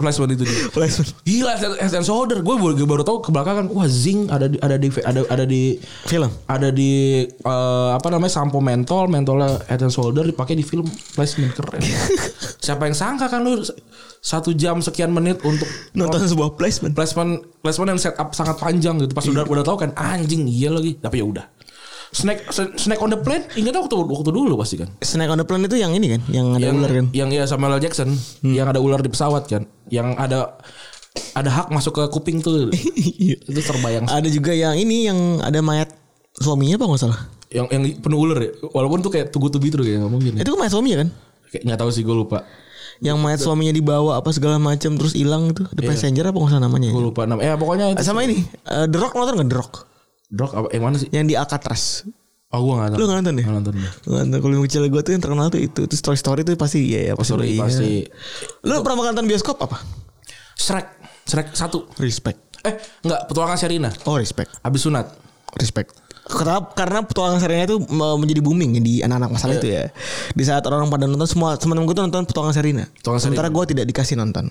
Speaker 2: Flashback itu dia.
Speaker 3: Placement.
Speaker 2: Gila head and shoulder. Gue baru, baru tahu kebelakangan. Wah Zing ada di ada di ada ada di
Speaker 3: Film.
Speaker 2: ada di eh, apa namanya sampo mentol mentolnya head and shoulder dipakai di film placement keren siapa yang sangka kan lu s- satu jam sekian menit untuk
Speaker 3: Nonton sebuah placement.
Speaker 2: placement placement yang setup sangat panjang gitu
Speaker 3: Iya.
Speaker 2: pas udah udah tahu kan anjing iya lagi tapi ya udah snack sn- snack on the plane ingat waktu waktu dulu pasti kan
Speaker 3: Snack on the Plane itu yang ini kan, yang ada
Speaker 2: yang
Speaker 3: ular kan. Hmm.
Speaker 2: yang ya Samuel L. Jackson yang ada ular di pesawat kan yang ada ada hak masuk ke kuping tuh
Speaker 3: Iya.
Speaker 2: itu terbayang
Speaker 3: ada juga yang ini yang ada mayat suaminya apa nggak salah?
Speaker 2: yang yang penuh ular ya walaupun tuh kayak tugu tubi terus kayak ngomongin ya.
Speaker 3: Itu kan mayat suaminya kan?
Speaker 2: kayak nggak tahu sih gue lupa
Speaker 3: Yang
Speaker 2: Iya,
Speaker 3: mayat suaminya dibawa apa segala macam terus hilang itu. The Passenger apa nggak salah namanya? ya?
Speaker 2: Gue Iya. lupa nama. Eh pokoknya itu
Speaker 3: Sama ini, eh, The Rock nonton nggak The Rock?
Speaker 2: Drog apa yang mana sih?
Speaker 3: Yang di Alcatraz.
Speaker 2: Oh gue nggak nonton.
Speaker 3: Lu nggak nonton ya?
Speaker 2: Nggak nonton.
Speaker 3: Nonton kalau kecil gue tuh yang terkenal tuh itu Terus Toy Story tuh pasti Iya ya pasti,
Speaker 2: Sorry
Speaker 3: iya.
Speaker 2: pasti.
Speaker 3: Lu pernah makan nonton bioskop apa?
Speaker 2: Shrek, Shrek satu.
Speaker 3: Respect
Speaker 2: Eh nggak petualangan Sherina.
Speaker 3: Oh respect
Speaker 2: Abis sunat.
Speaker 3: Respect karena, karena petualangan serinya itu me- menjadi booming di anak-anak masalah itu ya Di saat orang pada nonton semua teman gue tuh nonton petualangan Serina
Speaker 2: Petualangan Serina.
Speaker 3: Sementara gue tidak dikasih nonton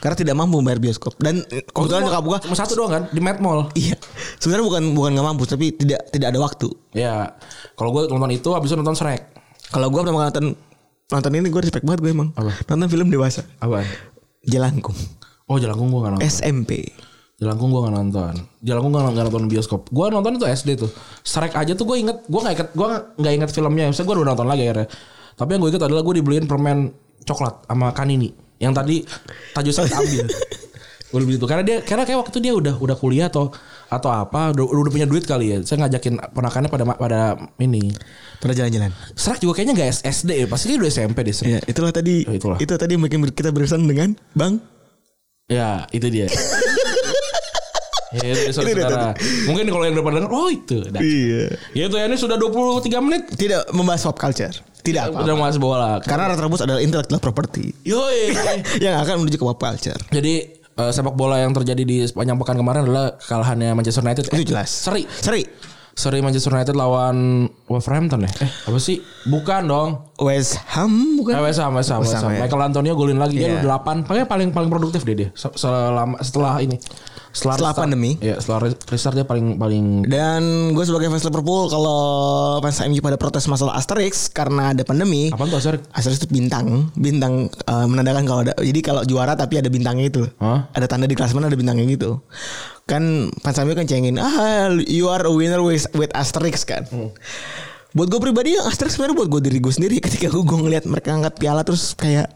Speaker 3: Karena tidak mampu bayar bioskop Dan eh, kebetulan nyokap gue
Speaker 2: Cuma satu doang kan di Mad Mall.
Speaker 3: Iya Sebenarnya bukan bukan gak mampu Tapi tidak tidak ada waktu
Speaker 2: Ya kalau gue nonton itu abis itu nonton Shrek.
Speaker 3: Kalau gue pernah nonton Nonton ini gue respect banget gue emang
Speaker 2: Apa?
Speaker 3: Nonton film dewasa
Speaker 2: Apaan?
Speaker 3: Jelangkung
Speaker 2: Oh Jelangkung gue nggak nonton.
Speaker 3: SMP
Speaker 2: Jelangkung gue nggak nonton. Jelangkung gue nggak nonton bioskop. Gue nonton itu SD tuh. Shrek aja tuh gue inget. Gue nggak inget. Gue nggak inget filmnya. Maksudnya gue udah nonton lagi akhirnya. Tapi yang gue inget adalah gue dibeliin permen coklat sama kanini. Yang tadi Tajus ambil. gue beli itu karena dia karena kayak waktu dia udah udah kuliah atau atau apa udah, udah punya duit kali ya saya ngajakin ponakannya pada ma- pada ini
Speaker 3: Pada jalan-jalan
Speaker 2: Shrek juga kayaknya nggak SD ya pasti dia udah SMP deh Shrek.
Speaker 3: Ya, itulah tadi.
Speaker 2: Ya, itulah.
Speaker 3: Itu tadi yang bikin kita berkesan dengan Bang.
Speaker 2: ya itu dia Ya, itu, saudara-saudara. Mungkin kalau yang udah pada denger, oh itu. Nah.
Speaker 3: Iya.
Speaker 2: Ya itu ya ini sudah 23 menit.
Speaker 3: Tidak membahas pop culture. Tidak
Speaker 2: Udah
Speaker 3: apa.
Speaker 2: mas bola.
Speaker 3: Karena Retrebus adalah intellectual property
Speaker 2: Yoi.
Speaker 3: yang akan menuju ke pop culture.
Speaker 2: Jadi eh, sepak bola yang terjadi di sepanjang pekan kemarin adalah kekalahannya Manchester United.
Speaker 3: Itu jelas.
Speaker 2: Seri.
Speaker 3: Seri.
Speaker 2: Seri Manchester United lawan Wolverhampton ya? Eh apa sih? Bukan dong.
Speaker 3: West Ham bukan?
Speaker 2: Eh, West Ham, West Ham, West
Speaker 3: West Ham,
Speaker 2: Ham.
Speaker 3: ya.
Speaker 2: Michael Antonio golin lagi
Speaker 3: Iya.
Speaker 2: dia udah 8. Pakai paling paling produktif deh dia se- selama setelah ini.
Speaker 3: Setelah
Speaker 2: restart.
Speaker 3: pandemi.
Speaker 2: Iya, setelah re- restart dia paling paling
Speaker 3: Dan gue sebagai fans Liverpool kalau fans MU pada protes masalah Asterix karena ada pandemi.
Speaker 2: apa tuh Aster?
Speaker 3: Asterix itu bintang, bintang eh, menandakan kalau ada jadi kalau juara tapi ada bintangnya itu.
Speaker 2: Hah?
Speaker 3: Ada tanda di klasemen ada bintangnya gitu. Kan fans MU kan cengin, "Ah, you are a winner with, with Asterix" kan.
Speaker 2: Hmm.
Speaker 3: Buat gue pribadi Asterix sebenarnya buat gue diri gue sendiri ketika gue ngeliat mereka angkat piala terus kayak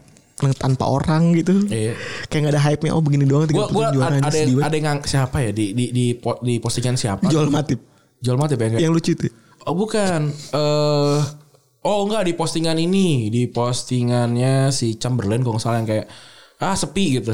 Speaker 3: tanpa orang gitu.
Speaker 2: Iya.
Speaker 3: Kayak gak ada hype-nya oh begini doang
Speaker 2: Gua
Speaker 3: 30
Speaker 2: gua
Speaker 3: juara
Speaker 2: ada
Speaker 3: anjing,
Speaker 2: ada
Speaker 3: sedih
Speaker 2: yang,
Speaker 3: banget.
Speaker 2: ada yang ngang- siapa ya di di di, po- di postingan siapa?
Speaker 3: Joel Matip
Speaker 2: Jual mati ya?
Speaker 3: yang lucu itu.
Speaker 2: Oh bukan. eh oh enggak di postingan ini, di postingannya si Chamberlain kalau nggak salah yang kayak ah sepi gitu.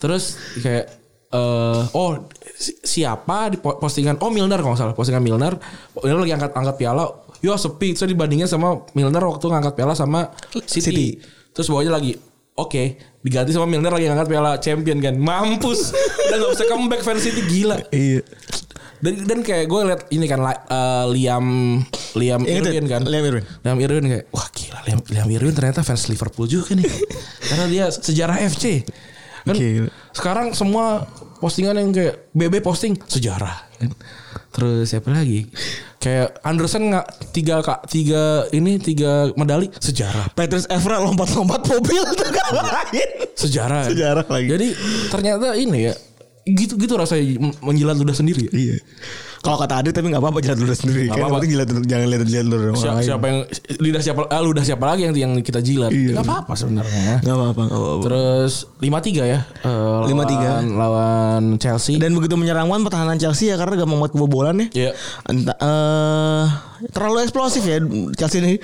Speaker 2: Terus kayak eh oh si- siapa di po- postingan oh Milner kalau nggak salah postingan Milner Milner lagi angkat angkat piala yo sepi itu dibandingin sama Milner waktu ngangkat piala sama City,
Speaker 3: City.
Speaker 2: terus bawahnya lagi oke diganti sama Milner lagi ngangkat piala champion kan mampus udah nggak bisa comeback fans City gila
Speaker 3: Iya.
Speaker 2: dan dan kayak gue liat ini kan li- eh, Liam Liam
Speaker 3: Ingat
Speaker 2: Irwin kan.
Speaker 3: Liam Irwin.
Speaker 2: Liam Irwin kayak wah gila Liam, Liam Irwin ternyata fans Liverpool juga nih. Karena dia sejarah FC. Kan
Speaker 3: Gila.
Speaker 2: sekarang semua postingan yang kayak BB posting sejarah. kan. Terus siapa lagi? Kayak Anderson nggak tiga kak tiga ini tiga medali sejarah
Speaker 3: Petrus Evra lompat-lompat mobil tuh kan
Speaker 2: Iya.
Speaker 3: lain.
Speaker 2: sejarah kan.
Speaker 3: Sejarah lagi.
Speaker 2: Jadi ternyata ini ya gitu gitu rasanya menjilat ludah sendiri. ya.
Speaker 3: Iya. Kalau kata Adit tapi nggak apa-apa jalan dulu sendiri. Kan yang
Speaker 2: apa-apa.
Speaker 3: penting jalan dulu- jangan lihat jalan dulu orang
Speaker 2: siapa,
Speaker 3: lain.
Speaker 2: siapa yang lidah siapa ah, ludah siapa lagi yang yang kita jilat
Speaker 3: Iya.
Speaker 2: nggak apa-apa sebenarnya
Speaker 3: Nggak apa-apa. nggak apa-apa.
Speaker 2: terus 5-3 ya Eh,
Speaker 3: 5-3.
Speaker 2: lawan, lawan Chelsea
Speaker 3: Dan begitu menyerangkan pertahanan Chelsea ya karena gak membuat kebobolan ya.
Speaker 2: Iya.
Speaker 3: Entah eh, terlalu eksplosif ya Chelsea ini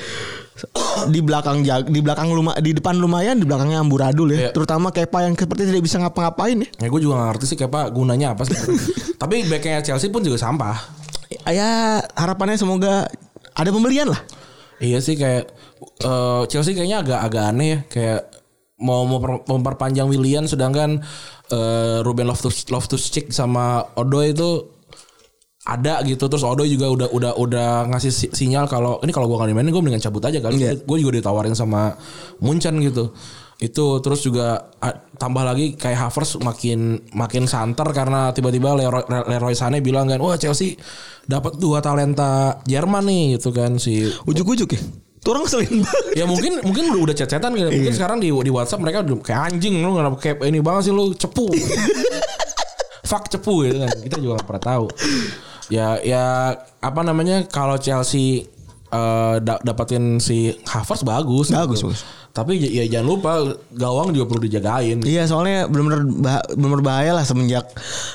Speaker 3: di belakang jag- di belakang luma, di depan lumayan di belakangnya amburadul ya.
Speaker 2: Iya.
Speaker 3: Terutama Kepa yang seperti tidak bisa ngapa-ngapain ya.
Speaker 2: ya gue juga gak ngerti sih Kepa gunanya apa sih tapi backnya Chelsea pun juga sampah
Speaker 3: Ya harapannya semoga ada pembelian lah.
Speaker 2: iya sih kayak eh, Chelsea kayaknya agak-agak aneh ya kayak mau mau per- memperpanjang Willian sedangkan eh, Ruben Loftus Loftus Cheek sama Odoi itu ada gitu terus Odoi juga udah udah udah ngasih si- sinyal kalau ini kalau gua nggak dimainin gue mendingan cabut aja kali
Speaker 3: Iya.
Speaker 2: gue juga ditawarin sama Munchen gitu itu terus juga ah, tambah lagi kayak Havers makin makin santer karena tiba-tiba Leroy, Leroy Sané bilang kan wah Chelsea dapat dua talenta Jerman nih gitu kan si
Speaker 3: Ujuk-ujuk ya. Tuh orang ngeselin banget.
Speaker 2: ya mungkin mungkin udah udah cecetan gitu. Mungkin
Speaker 3: Iya.
Speaker 2: sekarang di di WhatsApp mereka udah kayak anjing lu kenapa kayak ini banget sih lu cepu. Fuck cepu gitu kan. Kita juga gak pernah tahu. Ya ya apa namanya kalau Chelsea eh, da- dapetin si Havertz bagus.
Speaker 3: Bagus,
Speaker 2: gitu.
Speaker 3: bagus.
Speaker 2: Tapi j- ya jangan lupa gawang juga perlu dijagain.
Speaker 3: Iya soalnya benar-benar bah- benar bahaya lah semenjak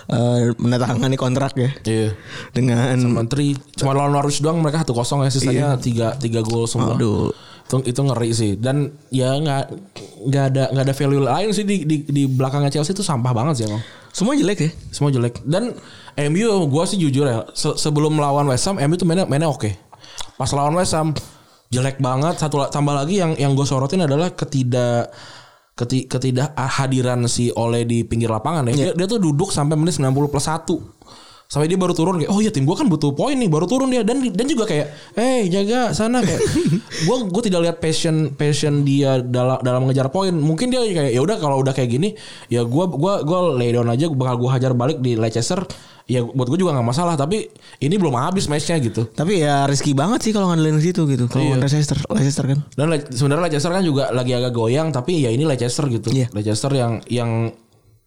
Speaker 3: eh, menandatangani kontrak ya
Speaker 2: Iya.
Speaker 3: dengan
Speaker 2: Menteri cuma lawan Norwich doang mereka 1-0 ya sisanya tiga tiga gol semua.
Speaker 3: Aduh.
Speaker 2: Itu, itu ngeri sih dan ya nggak nggak ada nggak ada value lain sih di di, di belakangnya Chelsea itu sampah banget sih emang.
Speaker 3: semua jelek ya.
Speaker 2: Semua jelek. Dan MU gua sih jujur ya se- sebelum lawan West Ham MU tuh mainnya mainnya oke. Pas lawan West Ham jelek banget satu la- tambah lagi yang yang gue sorotin adalah ketidak keti- ketidak hadiran si Ole di pinggir lapangan ya. Dia, dia tuh duduk sampai menit 90 plus 1 sampai dia baru turun kayak oh iya tim gua kan butuh poin nih baru turun dia dan dan juga kayak eh jaga sana kayak gua gua tidak lihat passion passion dia dalam dalam ngejar poin mungkin dia kayak ya udah kalau udah kayak gini ya gua gua gua lay down aja bakal gua hajar balik di Leicester ya buat gua juga nggak masalah tapi ini belum habis matchnya gitu
Speaker 3: Tapi ya risky banget sih kalau ngandelin ke situ gitu. Kalau
Speaker 2: Iya.
Speaker 3: Leicester, Leicester kan.
Speaker 2: dan Le- sebenarnya Leicester kan juga lagi agak goyang tapi ya ini Leicester gitu
Speaker 3: Iya.
Speaker 2: Leicester yang yang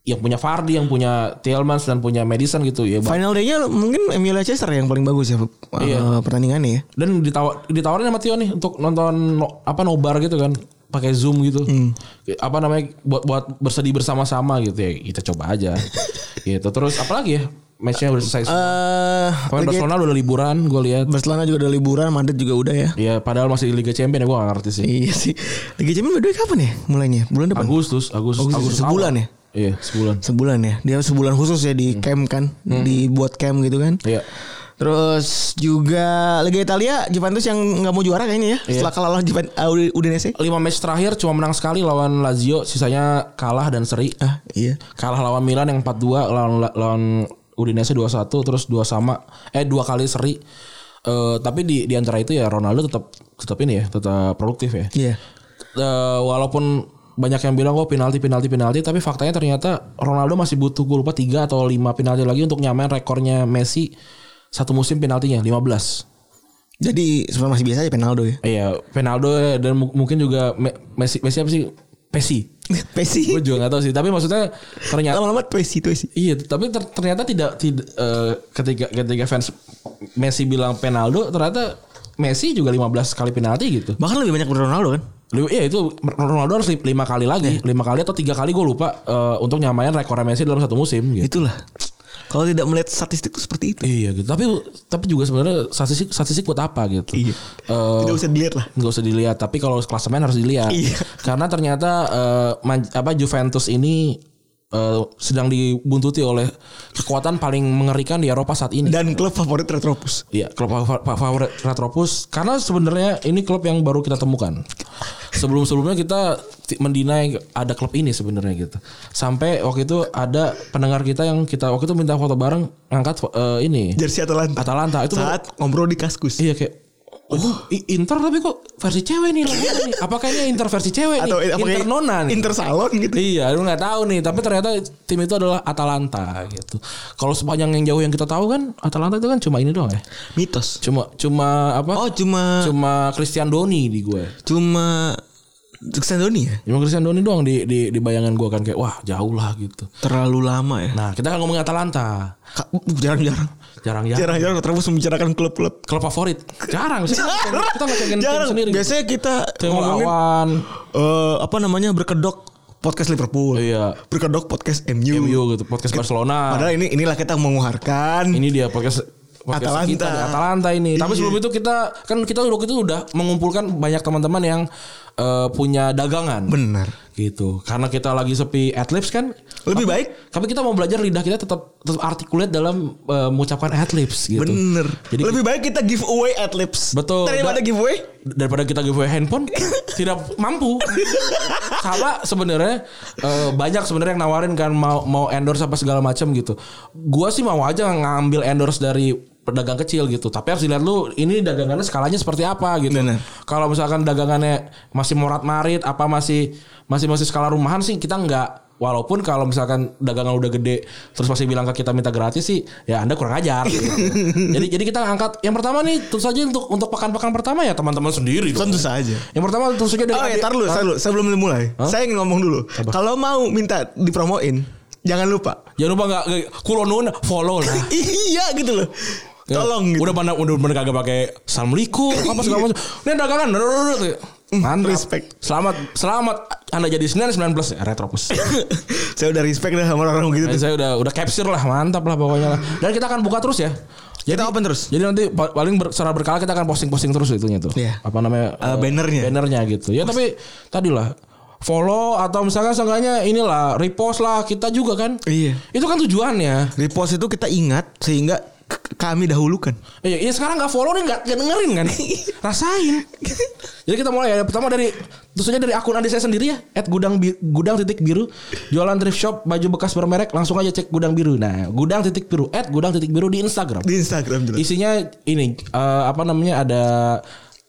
Speaker 2: yang punya Vardy yang punya Tielemans dan punya Madison gitu ya
Speaker 3: Final day-nya mungkin MU Leicester yang paling bagus ya eh,
Speaker 2: Iya.
Speaker 3: pertandingannya ya.
Speaker 2: dan ditawar ditawarin sama Tio nih untuk nonton no- apa nobar gitu kan pakai zoom gitu
Speaker 3: Hmm.
Speaker 2: apa namanya buat buat bersedih bersama-sama gitu ya kita coba aja gitu terus apalagi ya matchnya udah selesai
Speaker 3: Eh
Speaker 2: Pemain Barcelona udah liburan gue lihat
Speaker 3: Barcelona juga udah liburan, Madrid juga udah ya.
Speaker 2: ya padahal masih di Liga Champions ya gue gak ngerti sih
Speaker 3: Iya sih. Liga Champions by the way kapan ya mulainya? Bulan depan.
Speaker 2: Agustus Agustus
Speaker 3: Agustus, sebulan
Speaker 2: awal.
Speaker 3: ya?
Speaker 2: Iya, sebulan.
Speaker 3: sebulan ya dia sebulan khusus ya di camp kan dibuat camp gitu kan
Speaker 2: Hmm. Iya.
Speaker 3: terus juga Liga Italia Juventus yang nggak mau juara kayaknya ya
Speaker 2: Iya.
Speaker 3: setelah kalah lawan Juventus Udinese
Speaker 2: Lima match terakhir cuma menang sekali lawan Lazio, sisanya kalah dan seri.
Speaker 3: ah iya
Speaker 2: Kalah lawan Milan yang 4-2, lawan lawan Udinese 2-1, terus dua sama eh dua kali seri. Eh, tapi di di antara itu ya Ronaldo tetap tetap ini ya, tetap produktif ya.
Speaker 3: iya
Speaker 2: Eh, walaupun banyak yang bilang kok penalti penalti penalti tapi faktanya ternyata Ronaldo masih butuh gue lupa 3 atau 5 penalti lagi untuk nyamain rekornya Messi satu musim penaltinya 15.
Speaker 3: jadi sebenarnya masih biasa aja Penaldo ya
Speaker 2: Iya, Ronaldo dan mu- mungkin juga Me- Messi Messi apa sih? Messi.
Speaker 3: Pesi
Speaker 2: Gue juga gak tahu sih, tapi maksudnya ternyata
Speaker 3: lama-lama Pesi itu sih
Speaker 2: Iya, tapi ter- ternyata tidak tidak eh, ketika ketika fans Messi bilang penaldo, ternyata Messi juga 15 kali penalti gitu.
Speaker 3: bahkan lebih banyak dari Ronaldo kan
Speaker 2: Lu- Iya itu Ronaldo harus li- lima kali
Speaker 3: Iya.
Speaker 2: lagi, lima kali atau tiga kali gue lupa eh, untuk nyamain rekor Messi dalam satu musim. Gitu.
Speaker 3: itulah kalau tidak melihat statistik itu seperti itu
Speaker 2: Iya gitu. Tapi tapi juga sebenarnya statistik statistik buat apa gitu?
Speaker 3: Iya.
Speaker 2: Eh,
Speaker 3: tidak usah dilihat lah
Speaker 2: nggak usah dilihat tapi kalau klasemen harus dilihat
Speaker 3: Iya.
Speaker 2: karena ternyata eh, Man- apa Juventus ini eh, sedang dibuntuti oleh kekuatan paling mengerikan di Eropa saat ini
Speaker 3: dan klub favorit Retropus
Speaker 2: Iya, klub fa- fa- favorit Retropus karena sebenarnya ini klub yang baru kita temukan. Sebelum-sebelumnya kita ti- mendinai ada klub ini sebenarnya gitu. Sampai waktu itu ada pendengar kita yang kita waktu itu minta foto bareng ngangkat fo- eh, ini
Speaker 3: jersey Atalanta
Speaker 2: Atalanta itu
Speaker 3: saat ngobrol di Kaskus
Speaker 2: iya kayak Oh, I- Inter tapi kok versi cewek nih lagunya nih. Apa kayaknya Inter versi cewek
Speaker 3: atau eh,
Speaker 2: nih?
Speaker 3: apa
Speaker 2: Inter
Speaker 3: kayak
Speaker 2: nona nih.
Speaker 3: Inter salon gitu
Speaker 2: Iya, lu nggak tahu nih. Tapi ternyata tim itu adalah Atalanta gitu. Kalau sepanjang yang jauh yang kita tahu kan Atalanta itu kan cuma ini doang ya.
Speaker 3: mitos
Speaker 2: Cuma cuma apa?
Speaker 3: oh cuma
Speaker 2: cuma Christian Doni di gue.
Speaker 3: cuma Sandoni ya
Speaker 2: Cuma Christian Doni doang di di, di bayangan gue kan kayak wah jauh lah gitu.
Speaker 3: terlalu lama ya
Speaker 2: Nah kita kan ngomongin Atalanta
Speaker 3: Ka- jarang-jarang
Speaker 2: jarang-jarang.
Speaker 3: jarang-jarang Retropus membicarakan klub-klub
Speaker 2: Klub favorit jarang. sih. Kita nggak cekin tim
Speaker 3: jarang
Speaker 2: sendiri.
Speaker 3: biasanya kita
Speaker 2: Tim
Speaker 3: ngomongin
Speaker 2: lawan.
Speaker 3: eh, apa namanya berkedok podcast Liverpool
Speaker 2: Iya.
Speaker 3: berkedok podcast MU,
Speaker 2: MU gitu podcast Barcelona.
Speaker 3: padahal ini inilah kita menguharkan
Speaker 2: Ini dia podcast podcast
Speaker 3: Atalanta. Iya.
Speaker 2: kita di Atalanta ini. Tapi sebelum itu kita kan kita waktu itu udah mengumpulkan banyak teman-teman yang eh, punya dagangan.
Speaker 3: benar
Speaker 2: gitu. Karena kita lagi sepi adlibs kan
Speaker 3: lebih baik
Speaker 2: Tapi kita mau belajar lidah kita tetap tetap artikulat dalam eh, mengucapkan adlibs gitu.
Speaker 3: bener
Speaker 2: Jadi
Speaker 3: lebih baik kita giveaway at lips
Speaker 2: Betul.
Speaker 3: daripada
Speaker 2: Dan-
Speaker 3: giveaway
Speaker 2: daripada kita giveaway handphone tidak mampu. Sama sebenarnya eh, banyak sebenarnya yang nawarin kan mau mau endorse apa segala macam gitu. Gua sih mau aja ngambil endorse dari pedagang kecil gitu. Tapi harus dilihat lu ini dagangannya skalanya seperti apa gitu.
Speaker 3: Bener.
Speaker 2: Kalau misalkan dagangannya masih morat marit apa masih masih masih skala rumahan sih kita nggak Walaupun kalau misalkan dagangan udah gede terus masih bilang ke kita minta gratis sih ya Anda kurang ajar. gitu. jadi jadi kita angkat yang pertama nih tentu saja untuk untuk pekan-pekan pertama ya teman-teman sendiri dong.
Speaker 3: tentu saja
Speaker 2: Yang pertama tentu saja dari
Speaker 3: Oh ya,
Speaker 2: adik-
Speaker 3: tar dulu, tar dulu. Sebelum mulai, saya ingin ngomong dulu. Kalau mau minta dipromoin, jangan lupa.
Speaker 2: Jangan lupa nggak kuronun follow lah.
Speaker 3: iya gitu loh. Tolong gitu.
Speaker 2: Udah mana udah bener kagak pakai assalamualaikum apa segala macam. Ini dagangan. dor- dor- dor- dor. Mantap.
Speaker 3: respect.
Speaker 2: Selamat selamat Anda jadi Senin 19 ya, Retropus.
Speaker 3: saya udah respect dah sama orang-orang gitu.
Speaker 2: Dan
Speaker 3: tuh.
Speaker 2: saya udah udah capture lah, mantap lah pokoknya lah. Dan kita akan buka terus ya. Jadi,
Speaker 3: Kita open terus.
Speaker 2: Jadi nanti pa- paling ber, secara berkala kita akan posting-posting terus itunya tuh.
Speaker 3: Iya.
Speaker 2: Apa namanya?
Speaker 3: Eh,
Speaker 2: eh,
Speaker 3: bannernya.
Speaker 2: Bannernya gitu. Ya tapi tadi lah follow atau misalkan seenggaknya inilah repost lah kita juga kan.
Speaker 3: Iya.
Speaker 2: Itu kan tujuannya.
Speaker 3: Repost itu kita ingat sehingga k- kami dahulukan.
Speaker 2: Iya, iya sekarang nggak follow nih nggak nggak dengerin kan?
Speaker 3: Iya.
Speaker 2: Rasain. Jadi kita mulai ya. Pertama dari tentunya dari akun adik saya sendiri ya, at gudang bi- gudang titik biru, jualan thrift shop baju bekas bermerek, langsung aja cek gudang biru. Nah, gudang titik biru, at gudang titik biru di Instagram.
Speaker 3: Di Instagram jelas.
Speaker 2: Isinya ini eh, apa namanya ada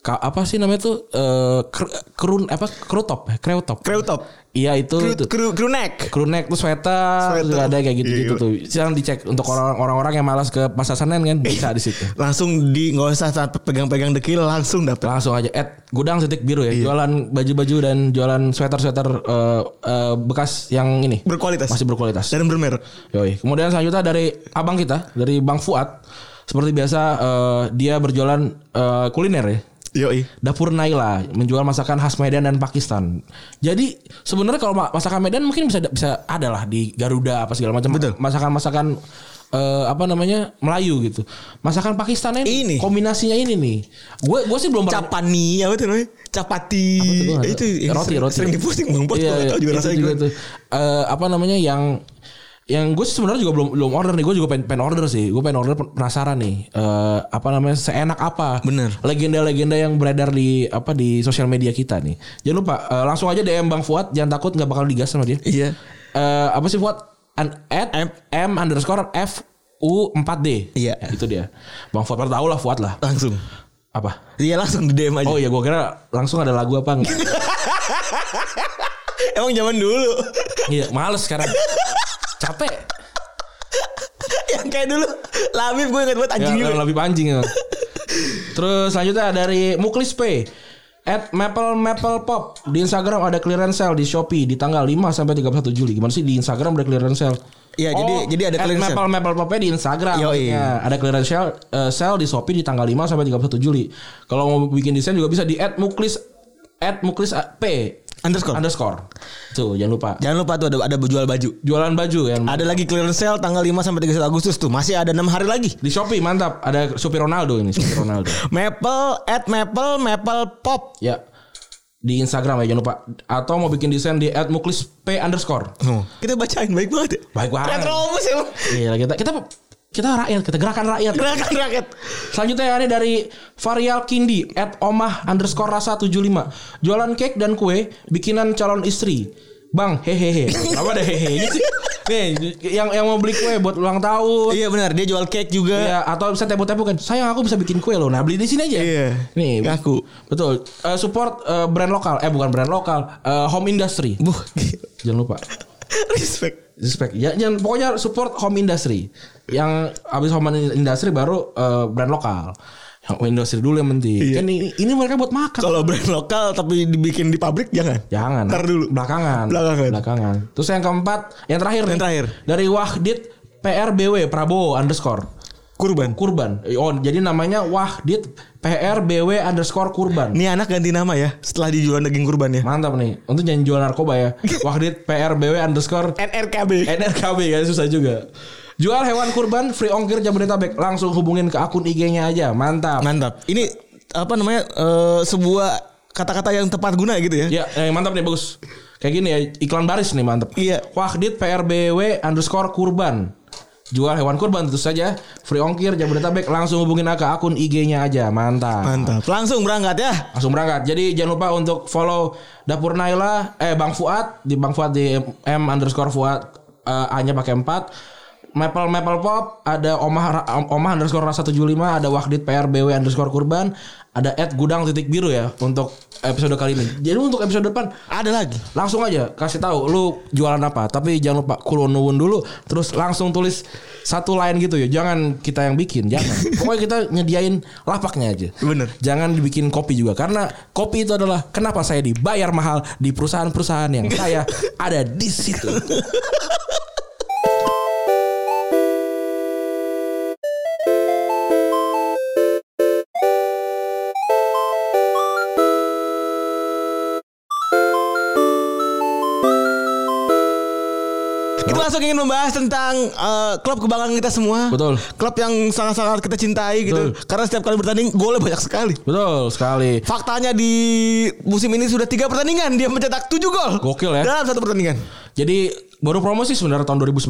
Speaker 2: ka- apa sih namanya tuh eh, kr- kerun apa krutop kreutop
Speaker 3: Crew top.
Speaker 2: iya itu
Speaker 3: Crew,
Speaker 2: itu
Speaker 3: crew, crew neck.
Speaker 2: crew neck tuh sweater,
Speaker 3: Sweater.
Speaker 2: juga ada kayak gitu-gitu
Speaker 3: Iya.
Speaker 2: tuh. Sekarang dicek untuk orang- orang-orang yang malas ke pasar Senen kan bisa di situ.
Speaker 3: Langsung di nggak usah saat pegang-pegang dekil langsung dapat.
Speaker 2: langsung aja at gudang titik biru ya jualan baju-baju dan jualan sweater-sweater eh, eh, bekas yang ini
Speaker 3: Berkualitas.
Speaker 2: masih berkualitas
Speaker 3: Dan bermerek.
Speaker 2: Yoi. kemudian selanjutnya dari abang kita dari bang Fuad seperti biasa eh, dia berjualan eh, kuliner ya
Speaker 3: Yoi.
Speaker 2: Dapur Naila menjual masakan khas Medan dan Pakistan. Jadi sebenarnya kalau ma- masakan Medan mungkin bisa bisa ada lah di Garuda apa segala macam. Masakan-masakan eh, apa namanya Melayu gitu. Masakan Pakistan ini,
Speaker 3: Ini.
Speaker 2: kombinasinya ini nih. Gue gue sih belum pernah-
Speaker 3: Capani apa tuh namanya? Capati.
Speaker 2: Apa tuh? Gua nggak
Speaker 3: itu
Speaker 2: tahu.
Speaker 3: yang
Speaker 2: roti
Speaker 3: sering,
Speaker 2: roti Iya,
Speaker 3: sering diposting Bang Bos. Gua nggak tahu juga
Speaker 2: itu
Speaker 3: rasanya gimana.
Speaker 2: tuh. Eh, apa namanya yang yang gue sih sebenarnya juga belum belum order nih gue juga pengen, pengen order sih gue pengen order pen- penasaran nih Eh, apa namanya seenak apa
Speaker 3: Bener.
Speaker 2: legenda-legenda yang beredar di apa di sosial media kita nih jangan lupa eh, langsung aja dm bang Fuad jangan takut nggak bakal digas sama dia
Speaker 3: Iya.
Speaker 2: Eh, apa sih Fuad An- at m, underscore f u 4 d Nah,
Speaker 3: Iya.
Speaker 2: itu dia bang Fuad pernah tahu lah Fuad lah
Speaker 3: Langsung.
Speaker 2: apa
Speaker 3: Iya langsung di DM aja.
Speaker 2: oh iya gue kira langsung ada lagu apa enggak
Speaker 3: Emang zaman dulu.
Speaker 2: Iya, males sekarang. Capek.
Speaker 3: yang kayak dulu Labib gue ingat banget
Speaker 2: Ya,
Speaker 3: anjing gitu.
Speaker 2: lebih pancing ya. Terus selanjutnya dari Muklis P. At Maple Maple Pop di Instagram ada clearance sale di Shopee di tanggal 5 sampai 31 Juli. Gimana sih di Instagram ada clearance sale? Oh,
Speaker 3: Iya, jadi- jadi ada
Speaker 2: at
Speaker 3: clearance sale.
Speaker 2: Maple Maple Popnya di Instagram.
Speaker 3: Yoi.
Speaker 2: maksudnya. ada clearance sale, eh, sale di Shopee di tanggal 5 sampai 31 Juli. Kalau mau bikin desain juga bisa di at Muklis at Muklis P
Speaker 3: Underscore.
Speaker 2: underscore. Tuh, jangan lupa.
Speaker 3: Jangan lupa tuh ada ada jual baju.
Speaker 2: Jualan baju ya. yang
Speaker 3: Ada lagi clearance sale tanggal 5 sampai 31 Agustus tuh. Masih ada 6 hari lagi.
Speaker 2: di Shopee mantap. Ada supir Ronaldo ini, supir Ronaldo.
Speaker 3: Maple at Maple Maple Pop.
Speaker 2: Ya. Di Instagram ya jangan lupa. Atau mau bikin desain di @muklisp underscore.
Speaker 3: Kita bacain baik banget ya.
Speaker 2: Baik banget.
Speaker 3: Rakyat Robus ya.
Speaker 2: Iya kita kita kita rakyat kita gerakan rakyat.
Speaker 3: Gerakan rakyat.
Speaker 2: Selanjutnya ini dari Varial Kindi at omah underscore rasa 75. Jualan cake dan kue bikinan calon istri. Bang hehehe. Apa deh hehehe sih? Nih yang yang mau beli kue buat ulang tahun.
Speaker 3: Iya benar, dia jual cake juga.
Speaker 2: Iya, atau bisa tepo-tepo kan. Sayang aku bisa bikin kue loh. Nah, beli di sini aja.
Speaker 3: Iya.
Speaker 2: Nih,
Speaker 3: Ngaku.
Speaker 2: Betul. Eh, support eh, brand lokal. Eh bukan brand lokal, eh, home industry.
Speaker 3: Buh, gila.
Speaker 2: Jangan lupa.
Speaker 3: respect.
Speaker 2: respect ya jangan pokoknya support home industry yang abis home industry baru eh, brand lokal yang home industry dulu yang penting
Speaker 3: Iya.
Speaker 2: kan ini, ini mereka buat makan
Speaker 3: Kalau brand lokal tapi dibikin di pabrik jangan.
Speaker 2: jangan
Speaker 3: Ntar dulu.
Speaker 2: belakangan
Speaker 3: Belakangan.
Speaker 2: belakangan terus yang keempat yang terakhir
Speaker 3: Yang terakhir.
Speaker 2: dari Wahdit PRBW Prabowo underscore
Speaker 3: Kurban.
Speaker 2: kurban oh jadi namanya Wahdit PRBW underscore kurban
Speaker 3: Nih anak ganti nama ya setelah dijual daging kurban ya.
Speaker 2: mantap nih untuk jangan jual narkoba ya Wahdit PRBW underscore
Speaker 3: NRKB.
Speaker 2: NRKB kan susah juga. Jual hewan kurban free ongkir Jabodetabek. Langsung hubungin ke akun IG-nya aja. Mantap.
Speaker 3: Mantap. Ini apa namanya eh, sebuah kata-kata yang tepat guna gitu ya.
Speaker 2: Ya, eh, mantap nih bagus. Kayak gini ya, iklan baris nih mantap.
Speaker 3: Iya.
Speaker 2: Wahdit PRBW underscore kurban. Jual hewan kurban tentu saja. Free ongkir Jabodetabek. Langsung hubungin ke akun IG-nya aja. Mantap.
Speaker 3: Mantap. Langsung berangkat ya.
Speaker 2: Langsung berangkat. Jadi jangan lupa untuk follow Dapur Naila. Eh, Bang Fuad. Di Bang Fuad di M underscore Fuad. eh, A-nya pakai 4. Maple Maple Pop ada Omah Omah underscore rasa 75 ada Wahdit PRBW underscore Kurban ada at gudang titik biru ya untuk episode kali ini. Jadi untuk episode depan
Speaker 3: Ada lagi.
Speaker 2: langsung aja kasih tahu lu jualan apa tapi jangan lupa kulonwun dulu terus langsung tulis satu line gitu ya jangan kita yang bikin jangan pokoknya kita nyediain lapaknya aja
Speaker 3: Bener.
Speaker 2: jangan dibikin kopi juga karena kopi itu adalah kenapa saya dibayar mahal di perusahaan-perusahaan yang saya ada di situ
Speaker 3: Kita langsung ingin membahas tentang eh, klub kebanggaan kita semua.
Speaker 2: Betul.
Speaker 3: Klub yang sangat-sangat kita cintai gitu.
Speaker 2: Betul.
Speaker 3: Karena setiap kali bertanding golnya banyak sekali.
Speaker 2: betul sekali
Speaker 3: Faktanya di musim ini sudah tiga pertandingan dia mencetak 7 gol.
Speaker 2: Gokil ya.
Speaker 3: Dalam satu pertandingan.
Speaker 2: jadi baru promosi sebenarnya tahun 2011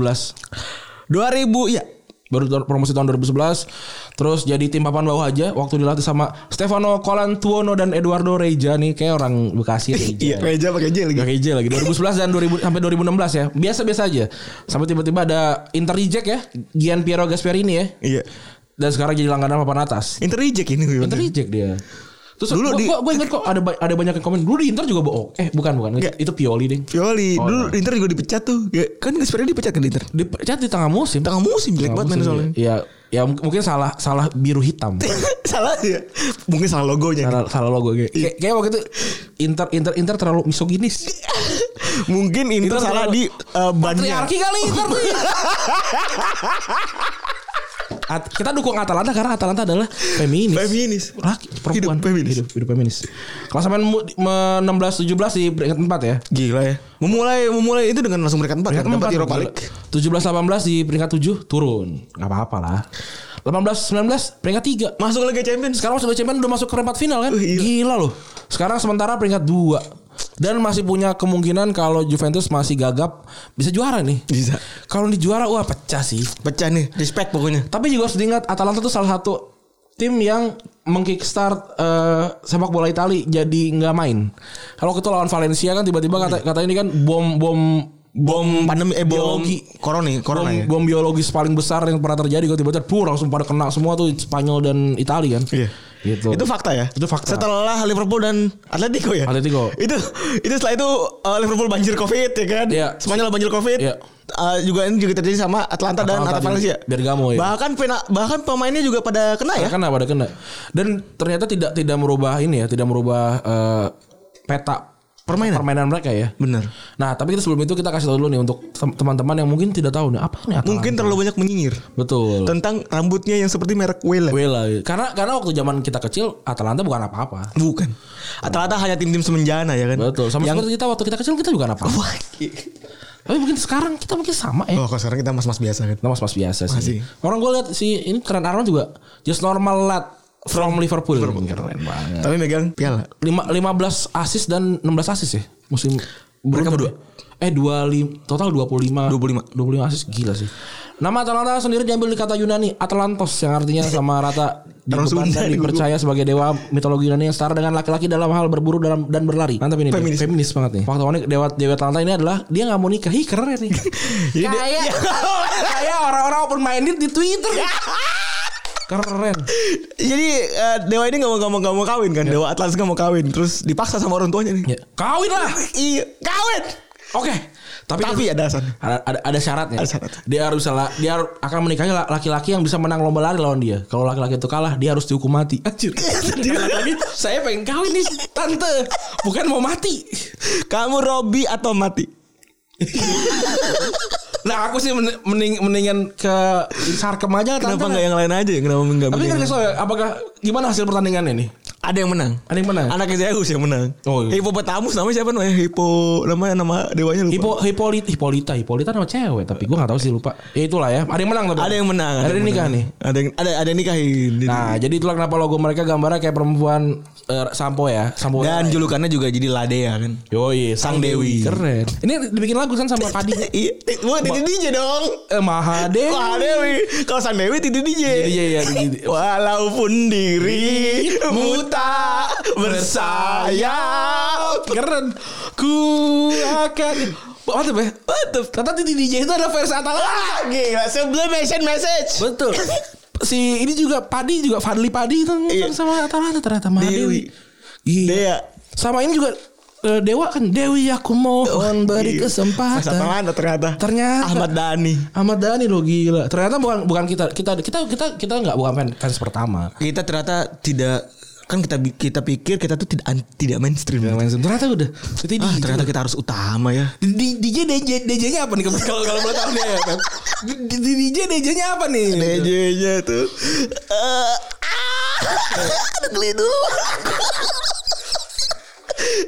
Speaker 3: 2000 iya.
Speaker 2: baru tahun- promosi tahun 2011 terus jadi tim papan bawah aja waktu dilatih sama Stefano Colantuono dan Eduardo Reja nih kayak orang Bekasi Reja.
Speaker 3: Reja pakai J lagi.
Speaker 2: Bekasi lagi 2011 dan 2000 sampai 2016 ya. Biasa-biasa aja. Sampai tiba-tiba ada Inter reject ya, Gian Piero Gasperini ya.
Speaker 3: Iya.
Speaker 2: Dan sekarang jadi langganan papan atas.
Speaker 3: Inter reject ini.
Speaker 2: Inter reject dia. Terus
Speaker 3: Iya.
Speaker 2: dulu
Speaker 3: Dulu
Speaker 2: gua,
Speaker 3: di-
Speaker 2: gua, gua ingat kok ada ba- ada banyak yang komen dulu di Inter juga bohong. Eh bukan bukan itu,
Speaker 3: Nggak.
Speaker 2: itu Pioli deh.
Speaker 3: Pioli
Speaker 2: Oh,
Speaker 3: dulu
Speaker 2: iya.
Speaker 3: Inter juga dipecat tuh. Ya, kan Gasperini dipecat kan di Inter.
Speaker 2: Dipecat di tengah musim.
Speaker 3: Tengah musim jelek banget main soalnya.
Speaker 2: Ya, ya mungkin salah salah biru hitam.
Speaker 3: salah ya. Mungkin salah logonya.
Speaker 2: iya. salah salah logo kayak
Speaker 3: Iya.
Speaker 2: kayak kayak waktu itu Inter Inter Inter terlalu misoginis.
Speaker 3: Mungkin Inter
Speaker 2: Inter
Speaker 3: salah
Speaker 2: terlalu-
Speaker 3: di eh, bannya.
Speaker 2: Patriarki kali Inter nih. At- kita dukung Atalanta karena Atalanta adalah feminis.
Speaker 3: Feminis.
Speaker 2: Laki, perempuan.
Speaker 3: Hidup feminis.
Speaker 2: Hidup, hidup feminis. Klasemen mu- me- 16-17 di peringkat 4 ya.
Speaker 3: Gila ya. Memulai memulai itu dengan langsung peringkat 4 kan
Speaker 2: Peringkat
Speaker 3: dapat
Speaker 2: 4.
Speaker 3: Europa League.
Speaker 2: 17-18 di peringkat 7 turun. Gak apa-apa lah. 18-19 peringkat 3.
Speaker 3: Masuk Liga Champions.
Speaker 2: Sekarang sebagai champion udah masuk ke perempat final kan?
Speaker 3: Uh,
Speaker 2: gila.
Speaker 3: gila.
Speaker 2: loh. Sekarang sementara peringkat 2. Dan masih punya kemungkinan kalau Juventus masih gagap bisa juara nih.
Speaker 3: Bisa.
Speaker 2: Kalau di juara wah pecah sih.
Speaker 3: Pecah nih, respect pokoknya.
Speaker 2: Tapi juga harus diingat Atalanta tuh salah satu tim yang mengkickstart eh, sepak bola Itali jadi nggak main. Kalau itu lawan Valencia kan tiba-tiba kata kata ini kan bom bom
Speaker 3: Bom pandemi eh bom
Speaker 2: Biologi.
Speaker 3: corona, corona
Speaker 2: bom,
Speaker 3: ya.
Speaker 2: bom biologis paling besar yang pernah terjadi kalau tiba-tiba pur langsung pada kena semua tuh Spanyol dan Italia kan.
Speaker 3: Iya.
Speaker 2: Gitu.
Speaker 3: Itu fakta ya.
Speaker 2: Itu fakta.
Speaker 3: Setelah Liverpool dan Atletico ya.
Speaker 2: Atletico.
Speaker 3: Itu itu setelah itu uh, Liverpool banjir Covid ya kan.
Speaker 2: Iya.
Speaker 3: Spanyol banjir Covid.
Speaker 2: Iya.
Speaker 3: Uh, juga ini juga terjadi sama Atlanta, dan
Speaker 2: Atalanta
Speaker 3: Atlanta
Speaker 2: di
Speaker 3: Valencia.
Speaker 2: Bergamo, ya.
Speaker 3: Bahkan pena, bahkan pemainnya juga pada kena ya.
Speaker 2: Pada kena pada kena. Dan ternyata tidak tidak merubah ini ya, tidak merubah eh, peta
Speaker 3: Permainan.
Speaker 2: permainan mereka ya.
Speaker 3: Bener.
Speaker 2: Nah, tapi kita sebelum itu kita kasih tahu dulu nih untuk tem- teman-teman yang mungkin tidak tahu nih apa nih Atalanta.
Speaker 3: Mungkin terlalu banyak menyinyir
Speaker 2: betul.
Speaker 3: tentang rambutnya yang seperti merek ya? Wela.
Speaker 2: Wela. Karena karena waktu zaman kita kecil Atalanta bukan apa-apa.
Speaker 3: Bukan. Atalanta hanya tim-tim semenjana ya kan.
Speaker 2: Betul. Sama
Speaker 3: yang iya.
Speaker 2: seperti kita waktu kita kecil kita bukan apa-apa. Tapi mungkin sekarang kita mungkin sama ya.
Speaker 3: Oh, kalau sekarang kita mas-mas biasa kan.
Speaker 2: Kita mas-mas biasa sih.
Speaker 3: Masih.
Speaker 2: Orang gue lihat si ini keren Arnold juga just normal lad from Liverpool. Keren banget.
Speaker 3: Nah. Tapi megang piala.
Speaker 2: Lima- 15 asis dan 16 asis ya musim mereka berdua. Eh 25 total 25
Speaker 3: 25.
Speaker 2: 25 asis gila sih. Nama Atalanta sendiri diambil dari kata Yunani Atalantos yang artinya sama rata
Speaker 3: Orang
Speaker 2: dibeban
Speaker 3: Sunda
Speaker 2: dan
Speaker 3: ini guru.
Speaker 2: dipercaya sebagai dewa mitologi Yunani yang setara dengan laki-laki dalam hal berburu dalam dan berlari. Mantap ini.
Speaker 3: Feminis.
Speaker 2: Feminis banget nih. Faktornya dewa dewa Atalanta ini adalah dia nggak mau nikah. Ih keren nih.
Speaker 3: Jadi dia-
Speaker 2: kayak kayak orang-orang open minded di Twitter. keren.
Speaker 3: Jadi eh, Dewa ini gak mau gak mau gak mau kawin kan? Dewa Atlas gak mau kawin, terus dipaksa sama orang tuanya nih.
Speaker 2: Ya, kawin lah.
Speaker 3: Iya, kawin.
Speaker 2: Oke.
Speaker 3: Tapi, ada alasan.
Speaker 2: ada ada, ada syaratnya.
Speaker 3: Ada syaratnya.
Speaker 2: Dia harus salah, dia har- akan menikahi la- laki-laki yang bisa menang lomba lari lawan dia. Kalau laki-laki itu kalah, dia harus dihukum mati. Anjir. Laki-laki, saya pengen kawin nih, tante. Bukan mau mati.
Speaker 3: Kamu Robi atau mati?
Speaker 2: Nah, aku sih men- mending mendingan ke Sarkem aja tante.
Speaker 3: Kenapa nggak ya? yang lain aja? Kenapa nggak
Speaker 2: Tapi kan
Speaker 3: milih?
Speaker 2: soalnya apakah gimana hasil pertandingannya nih?
Speaker 3: Ada yang menang.
Speaker 2: Ada yang menang?
Speaker 3: Anaknya Zeus yang menang.
Speaker 2: Ya. Oh, iya.
Speaker 3: Hippopotamus namanya siapa namanya? Hippo namanya nama dewanya lupa.
Speaker 2: Hipo, Hipolit, Hipolita, Hipolita nama cewek, tapi gua nggak tahu sih lupa. Ya itulah ya. Ada yang menang tapi.
Speaker 3: Ada yang menang.
Speaker 2: Ada, yang nikah nih.
Speaker 3: menang. Ada yang ada ada yang nikahin.
Speaker 2: Nah, jadi itulah kenapa logo mereka gambarnya kayak perempuan eh, sampo ya, sampo.
Speaker 3: Dan julukannya juga jadi Ladea kan.
Speaker 2: Yoi,
Speaker 3: Sang Dewi.
Speaker 2: Keren. Ini dibikin lagu kan sama Padi.
Speaker 3: Iya, buat Titi DJ dong.
Speaker 2: eh, Mahadewi.
Speaker 3: Wah Dewi, kalau Sang Dewi Titi ya. DJ.
Speaker 2: Iya, iya, iya.
Speaker 3: Walaupun diri buta bersayap.
Speaker 2: Keren. Ku akan Mantep ya? Mantep. Ternyata di DJ itu ada versi Atalanta.
Speaker 3: Ah, Gila, sebelum mention message.
Speaker 2: Betul. Si ini juga Padi juga Fadli Padi itu kan
Speaker 3: Iya.
Speaker 2: sama Atalanta ternyata Mahadewi. Gila.
Speaker 3: Dea.
Speaker 2: Sama ini juga eh, Dewa kan Dewi aku mohon beri
Speaker 3: Masa
Speaker 2: kesempatan.
Speaker 3: Oh, iya. Atalanta ternyata.
Speaker 2: Ternyata
Speaker 3: Ahmad Dhani.
Speaker 2: Ahmad Dhani loh gila. Ternyata bukan bukan kita kita kita kita kita nggak bukan fan- fans pertama.
Speaker 3: Kita ternyata tidak kan kita bi- kita pikir kita tuh tidak an- tidak mainstream.
Speaker 2: Ternyata udah. Jadi
Speaker 3: Ah,
Speaker 2: di-
Speaker 3: ternyata kita harus utama ya.
Speaker 2: di- di- DJ DJ DJ-nya apa nih kalau kalau boleh tahu nih ya kan. Di- di- di- DJ DJ-nya apa nih?
Speaker 3: Gitu. DJ-nya tuh. eh, ah, aduh geli dulu.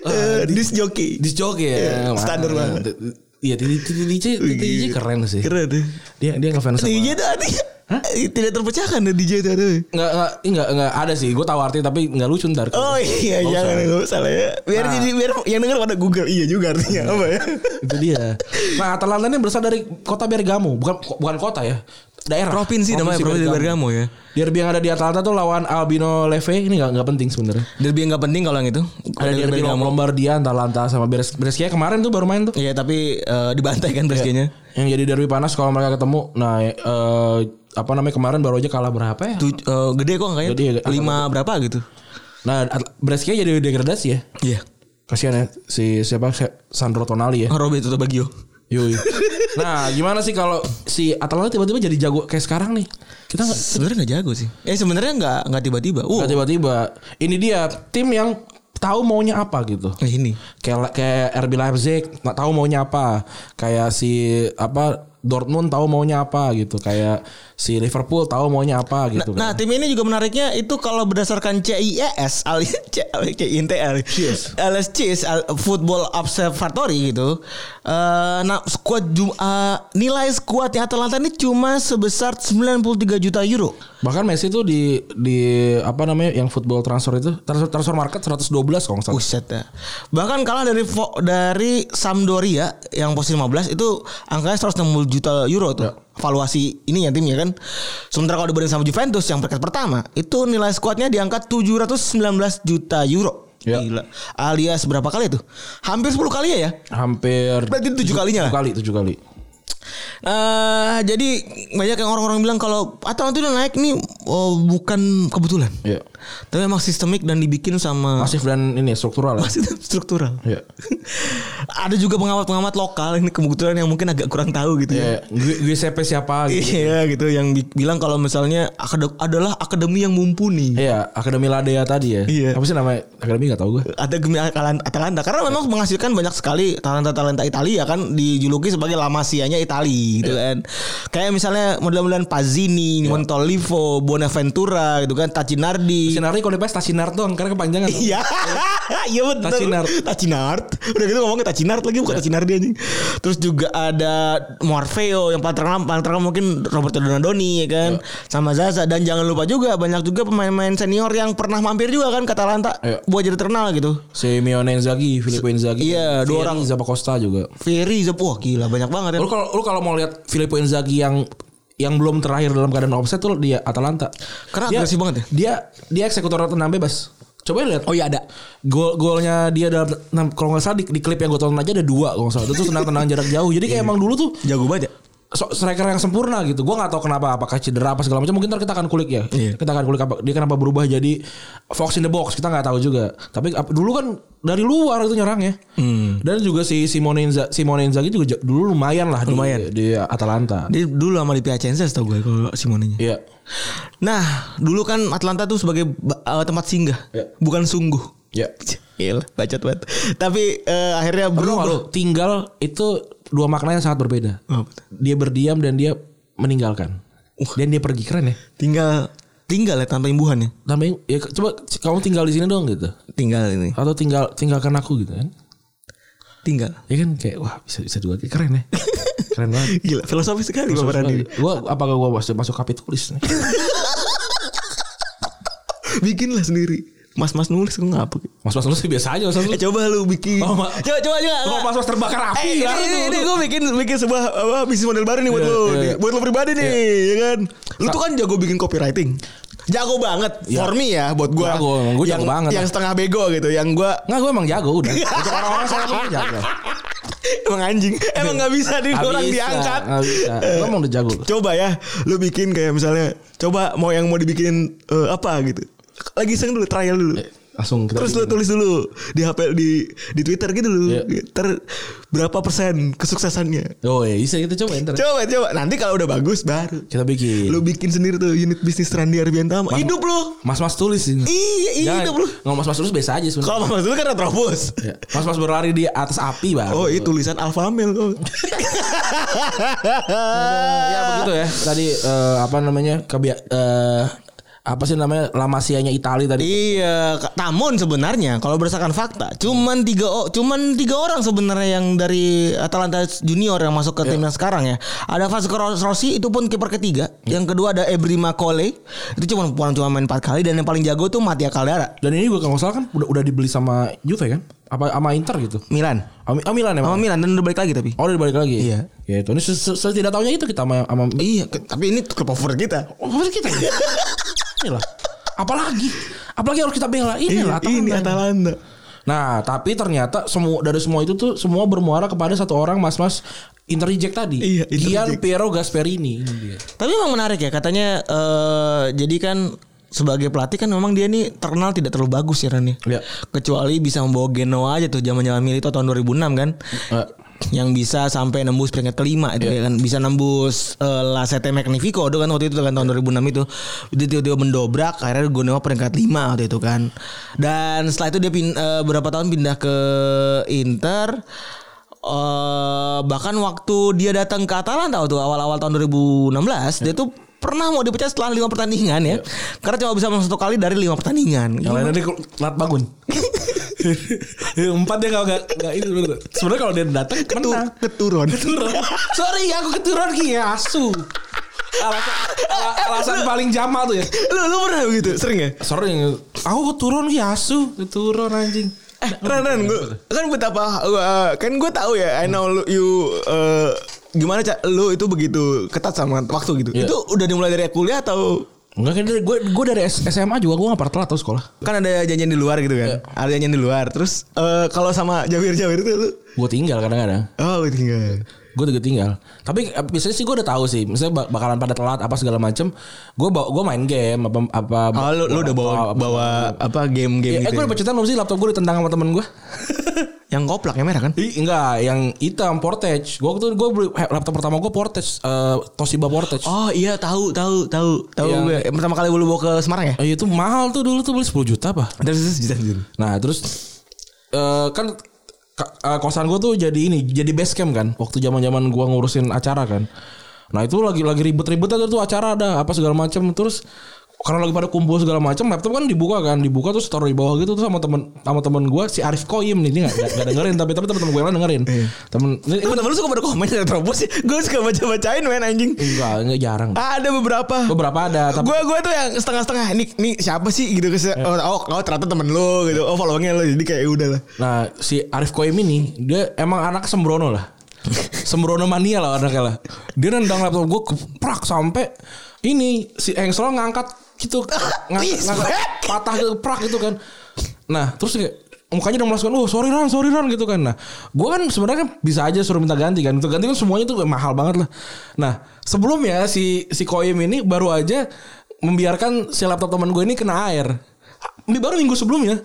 Speaker 3: Eh, Disc jockey.
Speaker 2: Disc jockey ya.
Speaker 3: Iya, standar banget.
Speaker 2: Iya, di- di- di- DJ di- di- DJ keren sih.
Speaker 3: Keren deh.
Speaker 2: Dia dia ngefans sama
Speaker 3: DJ itu artinya tidak terpecahkan ya DJ itu artinya.
Speaker 2: Enggak enggak enggak enggak ada sih. Gue tahu artinya tapi enggak lucu ntar.
Speaker 3: Oh iya
Speaker 2: Nggak
Speaker 3: jangan
Speaker 2: usah.
Speaker 3: nggak usah lah ya. Biar
Speaker 2: Nah.
Speaker 3: jadi biar yang denger pada Google iya juga artinya apa ya.
Speaker 2: Itu dia. Nah, Atalanta ini berasal dari kota Bergamo, bukan bukan kota ya. Daerah.
Speaker 3: ya.
Speaker 2: Derby yang ada di Atalanta tuh lawan Albino Leve ini nggak nggak penting sebenarnya.
Speaker 3: Derby yang gak penting kalau yang itu.
Speaker 2: Ada derby Lombardia Atalanta sama Bres Brescia kemarin tuh baru main tuh.
Speaker 3: Iya tapi eh, dibantai kan Brescia-nya.
Speaker 2: Yang jadi derby panas kalau mereka ketemu. Nah, eh, apa namanya kemarin baru aja kalah berapa ya?
Speaker 3: Tu- eh, gede kok kayaknya.
Speaker 2: Gede, gede.
Speaker 3: Lima berapa gitu.
Speaker 2: Nah, At- Brescia jadi degradasi ya.
Speaker 3: Iya.
Speaker 2: Kasihan ya si siapa si- Sandro Tonali ya.
Speaker 3: Oh, Robby itu Bagio.
Speaker 2: Yoi. Nah, gimana sih kalau si Atalanta tiba-tiba jadi jago kayak sekarang nih? Kita nggak
Speaker 3: Sebenarnya nggak jago sih. Eh sebenarnya nggak nggak tiba-tiba. Uh.
Speaker 2: nggak Nah, tiba-tiba. Ini dia tim yang tahu maunya apa gitu.
Speaker 3: Nah, ini.
Speaker 2: kayak kayak RB Leipzig nggak tahu maunya apa kayak si apa Dortmund tahu maunya apa gitu kayak si Liverpool tahu maunya apa gitu
Speaker 3: Nah,
Speaker 2: kan.
Speaker 3: tim ini juga menariknya itu kalau berdasarkan CIES alias CINTL alias CIS al- Football Observatory gitu. Eh nah, skuad Jum- eh, nilai skuadnya Atalanta ini cuma sebesar 93 juta euro.
Speaker 2: Bahkan Messi tuh di di apa namanya yang football transfer itu transfer, transfer market 112 kalau nggak salah.
Speaker 3: Buset ya. Bahkan kalah dari Fo- dari Sampdoria yang posisi 15 itu angkanya 160 juta euro tuh. Valuasi ini ya timnya kan. Sementara kalau dibanding sama Juventus yang peringkat pertama, itu nilai skuadnya diangkat 719 juta euro.
Speaker 2: Ya.
Speaker 3: Gila. Alias berapa kali tuh? Hampir 10 kali ya ya.
Speaker 2: Hampir
Speaker 3: Berarti 7 kalinya lah.
Speaker 2: tujuh kali, tujuh kali.
Speaker 3: Eh, jadi banyak yang orang-orang bilang kalau atau itu udah naik nih oh, bukan kebetulan.
Speaker 2: Iya.
Speaker 3: Tapi emang sistemik dan dibikin sama
Speaker 2: Masif dan ini struktural ya.
Speaker 3: masih struktural.
Speaker 2: Iya.
Speaker 3: ada juga pengamat-pengamat lokal ini kebetulan yang mungkin agak kurang tahu gitu ya.
Speaker 2: Iya, Gu- Giuseppe siapa gitu.
Speaker 3: Iya gitu yang bi- bilang kalau misalnya akad- adalah akademi yang mumpuni.
Speaker 2: Iya, Akademi Ladea tadi ya.
Speaker 3: Iya.
Speaker 2: Apa sih namanya? Akademi nggak tahu gue.
Speaker 3: Ada gemi Atalan- Atalanta karena memang menghasilkan banyak sekali talenta-talenta Italia kan dijuluki sebagai La Masia-nya Itali
Speaker 2: Iya.
Speaker 3: gitu kan. Kayak misalnya model-modelan Pazzini, Montolivo, Bonaventura gitu kan, Tacinardi.
Speaker 2: Sinarnya kalau dibahas Tasinar doang karena kepanjangan.
Speaker 3: Iya, iya benar.
Speaker 2: Tacinart.
Speaker 3: Tacinart. Udah gitu ngomongnya Tacinart lagi bukan Tacinardi anjing. Terus juga ada Morfeo yang paling terkenal, paling terkenal mungkin Roberto Donadoni ya kan. Sama Zaza dan jangan lupa juga banyak juga pemain-pemain senior yang pernah mampir juga kan ke Atalanta
Speaker 2: Iya.
Speaker 3: buat jadi terkenal gitu.
Speaker 2: Simeone Inzaghi, Filippo Inzaghi.
Speaker 3: Iya, dua orang.
Speaker 2: Zappa Costa juga.
Speaker 3: Ferry Zep, wah gila banyak banget ya.
Speaker 2: Lu kalau lu kalau mau lihat Filippo Inzaghi yang yang belum terakhir dalam keadaan offset tuh dia Atalanta.
Speaker 3: Karena
Speaker 2: dia,
Speaker 3: agresif banget ya.
Speaker 2: Dia dia eksekutor tenang bebas. Coba lihat. Oh iya ada. Gol-golnya dia dalam enam- kalau nggak salah di, di klip yang gue tonton aja ada dua kalau nggak salah. Itu tuh tenang-tenang jarak jauh. Jadi
Speaker 3: Iya.
Speaker 2: kayak emang dulu tuh
Speaker 3: Jago banget ya.
Speaker 2: so- striker yang sempurna gitu. Gua nggak tahu kenapa apakah cedera apa segala macam. Mungkin ntar kita akan kulik ya.
Speaker 3: Iya.
Speaker 2: Kita akan kulik apa dia kenapa berubah jadi fox in the box. Kita nggak tahu juga. Tapi ap- dulu kan dari luar itu nyerang ya.
Speaker 3: Hmm.
Speaker 2: Dan juga si Simone Inza, Simone Inzaghi juga j- dulu lumayan lah
Speaker 3: Lumayan.
Speaker 2: di, di Atalanta.
Speaker 3: Dia dulu sama di Piacenza tau gue kalau Simonenya.
Speaker 2: Iya.
Speaker 3: Nah, dulu kan Atlanta tuh sebagai ba- eh, tempat singgah,
Speaker 2: Iya.
Speaker 3: bukan sungguh.
Speaker 2: Iya.
Speaker 3: Gila, bacot banget. Tapi eh, akhirnya
Speaker 2: Lu nggak
Speaker 3: berubah.
Speaker 2: lu, tinggal itu dua makna yang sangat berbeda.
Speaker 3: Oh, betul.
Speaker 2: Dia berdiam dan dia meninggalkan.
Speaker 3: Uh.
Speaker 2: Dan dia pergi keren ya.
Speaker 3: tinggal tinggal ya tanpa imbuhan ya
Speaker 2: Namanya ya ke- coba c- kamu tinggal di sini dong gitu.
Speaker 3: tinggal ini
Speaker 2: Atau tinggal tinggalkan aku gitu kan.
Speaker 3: tinggal
Speaker 2: Ya kan kayak wah bisa bisa dua kali keren ya. Keren banget.
Speaker 3: gila filosofis sekali Bapak Randy
Speaker 2: Gue apakah gue masuk masuk kapitulis nih?
Speaker 3: bikinlah sendiri mas mas nulis kok ngapa
Speaker 2: Mas mas lu sih biasa aja mas mas.
Speaker 3: eh, coba lu bikin
Speaker 2: Oh, Ma-
Speaker 3: coba coba coba
Speaker 2: Kalau mas mas terbakar api
Speaker 3: Eh, ini,
Speaker 2: ya.
Speaker 3: ini, ini gue bikin bikin sebuah apa, bisnis model baru nih buat
Speaker 2: Iya,
Speaker 3: lu,
Speaker 2: iya,
Speaker 3: nih.
Speaker 2: iya.
Speaker 3: buat lu pribadi nih, ya kan? Lu tuh kan jago bikin copywriting, jago banget. For me ya, buat gue.
Speaker 2: Iya. Jago, emang gua jago
Speaker 3: yang,
Speaker 2: banget.
Speaker 3: Yang setengah bego gitu, yang gue
Speaker 2: Enggak gue emang jago udah. Untuk orang-orang saya emang jago.
Speaker 3: emang anjing, emang nggak bisa di
Speaker 2: Nggak
Speaker 3: orang
Speaker 2: bisa,
Speaker 3: diangkat.
Speaker 2: nggak bisa. Gue emang udah jago.
Speaker 3: coba ya lu bikin kayak misalnya coba mau yang mau dibikinin eh, apa gitu lagi iseng dulu trial dulu
Speaker 2: Eh, Langsung kita
Speaker 3: terus lu
Speaker 2: bikin.
Speaker 3: tulis dulu di HP di di Twitter gitu dulu
Speaker 2: gitu. Iya.
Speaker 3: ter berapa persen kesuksesannya
Speaker 2: Oh iya bisa kita coba ntar.
Speaker 3: coba coba nanti kalau udah bagus baru
Speaker 2: Kita bikin.
Speaker 3: lu bikin sendiri tuh unit bisnis Randi Arbiantama hidup lu
Speaker 2: Mas-mas tulis ini.
Speaker 3: iya iya,
Speaker 2: Jangan.
Speaker 3: hidup lu
Speaker 2: Nggak mas-mas tulis biasa aja sebenarnya.
Speaker 3: kalau mas lu kan retropus
Speaker 2: Ya. Mas-mas berlari di atas api bang.
Speaker 3: oh itu tulisan oh. Alfamil kok
Speaker 2: Ya begitu ya. Tadi eh, apa namanya kebia eh, apa sih namanya lamasianya Itali tadi.
Speaker 3: Iya, Kak- namun sebenarnya kalau berdasarkan fakta, cuman tiga o- cuman tiga orang sebenarnya yang dari Atalanta Junior yang masuk ke timnas sekarang ya. Ada Vasco Ros- Rossi itu pun kiper ketiga. Yang kedua ada Ebri Makole itu cuma pulang cuma main 4 kali dan yang paling jago tuh Mattia Caldara.
Speaker 2: Dan ini gue kalau nggak salah kan udah, udah dibeli sama Juve kan? Apa sama Inter gitu?
Speaker 3: Milan.
Speaker 2: Ami, ah, Milan
Speaker 3: Sama
Speaker 2: emang.
Speaker 3: Milan dan udah balik lagi tapi.
Speaker 2: Oh udah balik lagi.
Speaker 3: Iya.
Speaker 2: Gitu. Ini se- se- saya tidak tahunya itu kita sama sama
Speaker 3: Iya, ke- tapi ini klub favorit kita.
Speaker 2: Oh, maksudnya kita. ya? Inilah. Apalagi apalagi harus kita bela inilah Atalanta.
Speaker 3: ini Iya, Atalanta.
Speaker 2: Nah, tapi ternyata semua dari semua itu tuh semua bermuara kepada satu orang mas-mas interject tadi.
Speaker 3: Iya,
Speaker 2: Gian
Speaker 3: interject.
Speaker 2: Piero Gasperini.
Speaker 3: Tapi emang menarik ya katanya eh jadi kan sebagai pelatih kan memang dia nih terkenal tidak terlalu bagus ya Rani.
Speaker 2: Iya.
Speaker 3: Kecuali bisa membawa Genoa aja tuh zaman-zaman Milito tahun 2006 kan.
Speaker 2: Eh.
Speaker 3: Yang bisa sampai nembus peringkat kelima itu ya kan bisa nembus eh, La Sette Magnifico itu kan waktu itu kan tahun 2006 itu dia tiba-tiba mendobrak akhirnya Genoa peringkat lima waktu itu kan. Dan setelah itu dia pin, eh, berapa tahun pindah ke Inter eh bahkan waktu dia datang ke Atalanta tuh awal-awal tahun 2016 dia tuh pernah mau dipecat setelah lima pertandingan ya. Karena cuma bisa menang satu kali dari lima pertandingan.
Speaker 2: Yang lain tadi telat bangun. Empat dia kalau nggak nggak itu sebenarnya. Sebenarnya kalau dia datang
Speaker 3: Ketu-
Speaker 2: menang.
Speaker 3: Gitu. keturun.
Speaker 2: Keturun. Sorry aku keturun ki ya, asu. Alasan, ala- alasan paling jamal tuh ya.
Speaker 3: Lu lu pernah begitu? Sering ya?
Speaker 2: Sorry, aku keturun ki asu, keturun anjing.
Speaker 3: Eh, Ren, Ren, gua- kan betapa uh, kan gue tahu ya, I know lu- you uh, gimana Cak, lu itu begitu ketat sama waktu gitu.
Speaker 2: Iya.
Speaker 3: Itu udah dimulai dari kuliah atau
Speaker 2: Enggak kan dari- gue gue dari S- SMA juga gue nggak pernah telat tuh sekolah.
Speaker 3: kan ada janjian di luar gitu kan? Ada janjian di luar. Terus eh, kalau sama Jawir-Jawir itu lu
Speaker 2: Gue tinggal kadang-kadang.
Speaker 3: oh lu tinggal.
Speaker 2: gue juga tinggal tapi eh, biasanya sih gue udah tahu sih misalnya bak- bakalan pada telat apa segala macam gue bawa gue main game apa apa
Speaker 3: Oh, lu, lu udah bawa bawa
Speaker 2: eh
Speaker 3: apa game-game
Speaker 2: gue
Speaker 3: gitu. ya?
Speaker 2: udah cerita belum sih laptop gue ditendang sama temen gue
Speaker 3: Yang koplak yang merah kan?
Speaker 2: Ih, enggak yang hitam Portage gue tuh gue beli eh, laptop pertama gue Portage eh, Toshiba Portage
Speaker 3: Oh iya tahu tahu tahu tahu
Speaker 2: Yang-
Speaker 3: gue. Yang pertama kali lu bawa ke Semarang ya?
Speaker 2: Eh, itu mahal tuh dulu tuh beli 10 juta apa
Speaker 3: Terus terus juta juta.
Speaker 2: nah terus eh, kan ka- eh, kosan gue tuh jadi ini jadi base camp kan waktu zaman zaman gue ngurusin acara kan nah itu lagi lagi ribet-ribet aja tuh acara ada apa segala macam terus karena lagi pada kumpul segala macam laptop kan dibuka kan dibuka terus taruh di bawah gitu terus sama temen sama temen gue si Arif Koyim nih dia nggak nggak dengerin tapi tapi temen-temen gue yang lain dengerin temen ini- ini-
Speaker 3: Temen-temen lu suka pada komen ada terobos sih. Gue suka baca-bacain men anjing.
Speaker 2: enggak enggak jarang
Speaker 3: Ada Iya. beberapa.
Speaker 2: beberapa ada tapi
Speaker 3: Gue gue tuh yang setengah-setengah nih nih siapa sih gitu kes oh, oh, oh, ternyata temen lu gitu. Oh followingnya lu jadi kayak udah lah.
Speaker 2: Nah si Arif Koim ini dia emang anak sembrono lah. sembrono mania lah anaknya lah. Dia nendang laptop gue keprak sampai ini si Engsel ngangkat gitu ngangkat, ngangkat patah gitu prak gitu kan. Nah terus kayak mukanya udah melakukan oh sorry ran sorry ran gitu kan nah gue kan sebenarnya kan bisa aja suruh minta ganti kan itu ganti kan semuanya tuh mahal banget lah nah sebelumnya si si koim ini baru aja membiarkan si laptop teman gue ini kena air ini baru minggu sebelumnya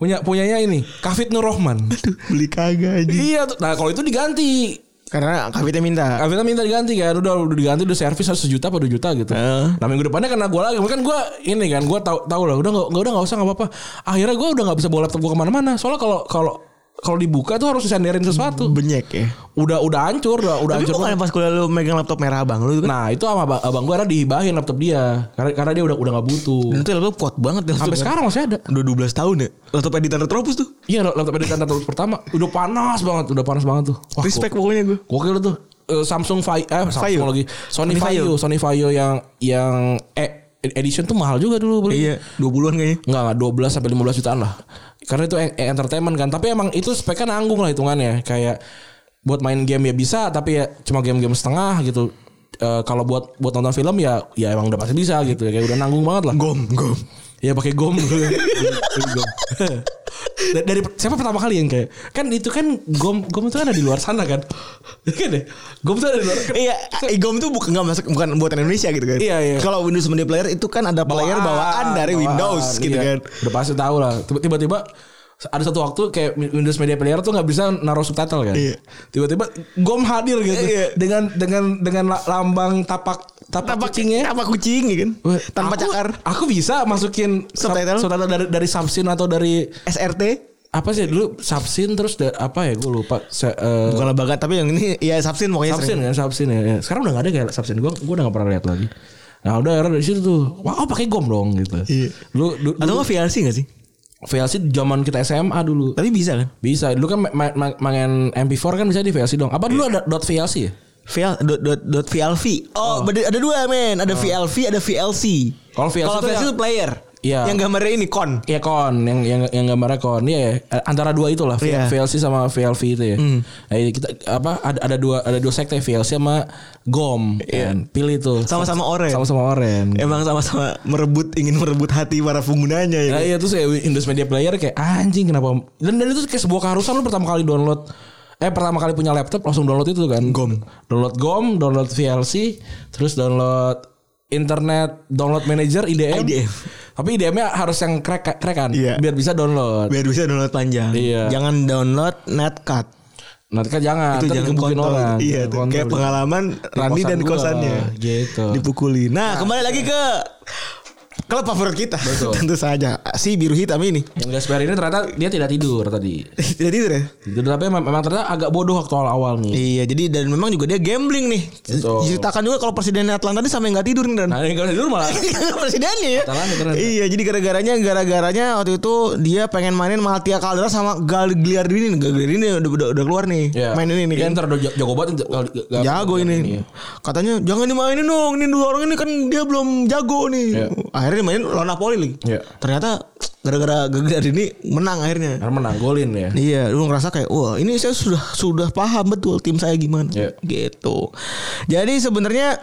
Speaker 2: punya punyanya ini Kafid Nur Rohman.
Speaker 3: Tuh beli kagak aja.
Speaker 2: iya, tuh. nah kalau itu diganti.
Speaker 3: Karena kavita minta.
Speaker 2: Kafid minta diganti kan, udah udah diganti udah servis harus sejuta apa dua juta gitu.
Speaker 3: Heeh.
Speaker 2: Nah minggu depannya kena gue lagi, kan gue ini kan gue tahu tahu lah, udah nggak nggak- udah nggak usah nggak apa-apa. Akhirnya gue udah nggak bisa bawa laptop gue kemana-mana, soalnya kalau kalau kalau dibuka tuh harus disandarin sesuatu.
Speaker 3: Benyek ya.
Speaker 2: Udah udah hancur, udah udah
Speaker 3: Tapi
Speaker 2: hancur.
Speaker 3: bukan
Speaker 2: banget.
Speaker 3: pas kuliah lu megang laptop merah abang lu itu kan.
Speaker 2: Nah itu sama abang, abang gue ada dihibahin laptop dia, karena karena dia udah udah nggak butuh.
Speaker 3: Dan Nah, itu laptop kuat banget ya.
Speaker 2: Sampai sekarang masih ada.
Speaker 3: Udah 12 tahun ya. Laptop editan terobos tuh.
Speaker 2: Iya laptop editan laptop pertama udah panas banget, udah panas banget tuh. Wah,
Speaker 3: Respect pokoknya gue.
Speaker 2: Gokil tuh Eh, Samsung Vaio eh Samsung
Speaker 3: Vaio.
Speaker 2: lagi Sony
Speaker 3: Sony Vaio.
Speaker 2: Vaio, Sony Vaio yang yang e- edition tuh mahal juga dulu beli.
Speaker 3: Iya, 20-an kayaknya.
Speaker 2: Enggak enggak 12 sampai 15 jutaan lah. Karena itu e- e- entertainment kan, tapi emang itu speknya nanggung lah hitungannya kayak buat main game ya bisa, tapi ya cuma game-game setengah gitu. Eh, kalau buat buat nonton film ya ya emang udah pasti bisa gitu ya kayak udah nanggung banget lah
Speaker 3: Gom, gom.
Speaker 2: ya pakai gom dulu. Pakai gom. Da- dari siapa pertama kali yang kayak kan itu kan gom gom itu kan ada di luar sana kan kan ya gom itu ada di luar kan
Speaker 3: Iya, eh, gom tuh bukan nggak masuk bukan buatan Indonesia gitu kan.
Speaker 2: Iya, iya.
Speaker 3: Kalau Windows Media Player itu kan ada player bawaan dari
Speaker 2: bawaan,
Speaker 3: Windows gitu
Speaker 2: iya.
Speaker 3: kan.
Speaker 2: udah pasti tahu lah Tiba- tiba-tiba ada satu waktu kayak Windows Media Player tuh nggak bisa naruh subtitle kan
Speaker 3: Iya.
Speaker 2: tiba-tiba gom hadir gitu
Speaker 3: Iya.
Speaker 2: dengan dengan dengan la- lambang tapak tapak,
Speaker 3: Tanpa
Speaker 2: kucingnya
Speaker 3: tanpa kucing ya kan.
Speaker 2: Wah,
Speaker 3: Tanpa
Speaker 2: aku-
Speaker 3: cakar.
Speaker 2: aku bisa masukin sub-
Speaker 3: Subtitle?
Speaker 2: subtitle dari dari subsin atau dari
Speaker 3: SRT
Speaker 2: apa sih dulu subsin terus da- apa ya gue lupa Se- eh,
Speaker 3: bukan lembaga tapi yang ini ya subsin pokoknya
Speaker 2: subsin kan subsin ya, ya. sekarang udah nggak ada kayak subsin gue gue udah nggak pernah lihat lagi nah udah akhirnya dari situ tuh wah oh pakai gom dong gitu
Speaker 3: Iya.
Speaker 2: lu du,
Speaker 3: Atau nggak VLC nggak sih?
Speaker 2: VLC zaman kita SMA dulu
Speaker 3: Tapi bisa kan?
Speaker 2: bisa dulu kan ma- ma- ma- main MP4 kan bisa di VLC dong apa
Speaker 3: Iya.
Speaker 2: dulu ada dot VLC ya
Speaker 3: VL dot dot dot VLV. Oh, beda- ada dua men, ada VLV, ada VLC.
Speaker 2: Kalau VLC
Speaker 3: Kalau
Speaker 2: tuh
Speaker 3: VLC
Speaker 2: yang-
Speaker 3: itu player.
Speaker 2: Iya.
Speaker 3: Yang gambarnya ini kon.
Speaker 2: Iya kon yang yang yang gambarnya kon ya antara dua itulah V-
Speaker 3: Iya. Hmm.
Speaker 2: VLC sama VLV itu ya. Nah, ini kita apa ada, ada dua ada dua sekte VLC sama GOM kan. Pilih tuh.
Speaker 3: Iya. Sama-sama oren. Iya,
Speaker 2: Sama-sama oren.
Speaker 3: Emang sama-sama merebut ingin merebut hati para penggunanya ya.
Speaker 2: Nah, iya terus kayak Windows Media Player kayak "Ah, anjing kenapa dan, dan itu kayak sebuah keharusan lu pertama kali download eh pertama kali punya laptop langsung download itu kan
Speaker 3: GOM.
Speaker 2: download GOM download VLC terus download internet download manager IDM,
Speaker 3: IDM.
Speaker 2: tapi IDM-nya harus yang crack crack kan
Speaker 3: Iya.
Speaker 2: biar bisa download
Speaker 3: Biar bisa download panjang.
Speaker 2: Iya.
Speaker 3: Jangan download netcat.
Speaker 2: nanti kan jangan
Speaker 3: itu
Speaker 2: ntar
Speaker 3: jangan
Speaker 2: digebukin
Speaker 3: kontol
Speaker 2: orang
Speaker 3: Iya, tuh.
Speaker 2: Kontol.
Speaker 3: kayak pengalaman Randi
Speaker 2: kosan
Speaker 3: dan
Speaker 2: gua,
Speaker 3: kosannya.
Speaker 2: gitu.
Speaker 3: Dipukuli. Nah, kembali lagi ke Klub favorit kita.
Speaker 2: Betul.
Speaker 3: Tentu saja. Si biru hitam ini.
Speaker 2: Yang Gasper ini ternyata dia tidak tidur tadi.
Speaker 3: Jadi itu deh.
Speaker 2: Tidur tapi mem- memang ternyata agak bodoh waktu awal-awal nih.
Speaker 3: Iya, jadi dan memang juga dia gambling nih.
Speaker 2: Betul.
Speaker 3: Ceritakan juga kalau presidennya Atlanta tadi sampai nggak tidur nih dan.
Speaker 2: Nah, yang kalau tidur malah
Speaker 3: presidennya ya.
Speaker 2: Atlanta, Atlanta.
Speaker 3: Iya, jadi gara-garanya gara-garanya waktu itu dia pengen mainin Matia Caldera sama Gal Gliardini. Gal Gliardini udah, udah, udah keluar nih.
Speaker 2: Iya.
Speaker 3: Main ini nih.
Speaker 2: Dia
Speaker 3: kan.
Speaker 2: ntar udah jago banget kalau- kalau-
Speaker 3: Jago
Speaker 2: Iya.
Speaker 3: ini. Katanya jangan dimainin dong. Ini dua orang ini kan dia belum jago nih.
Speaker 2: Iya.
Speaker 3: Akhirnya dimainin lawan Napoli lagi.
Speaker 2: Iya.
Speaker 3: Ternyata gara-gara Gal Gliardini menang akhirnya.
Speaker 2: Karena menang golin ya.
Speaker 3: Iya, lu ngerasa kayak wah ini saya sudah sudah paham betul tim saya gimana
Speaker 2: Iya.
Speaker 3: gitu. Jadi sebenarnya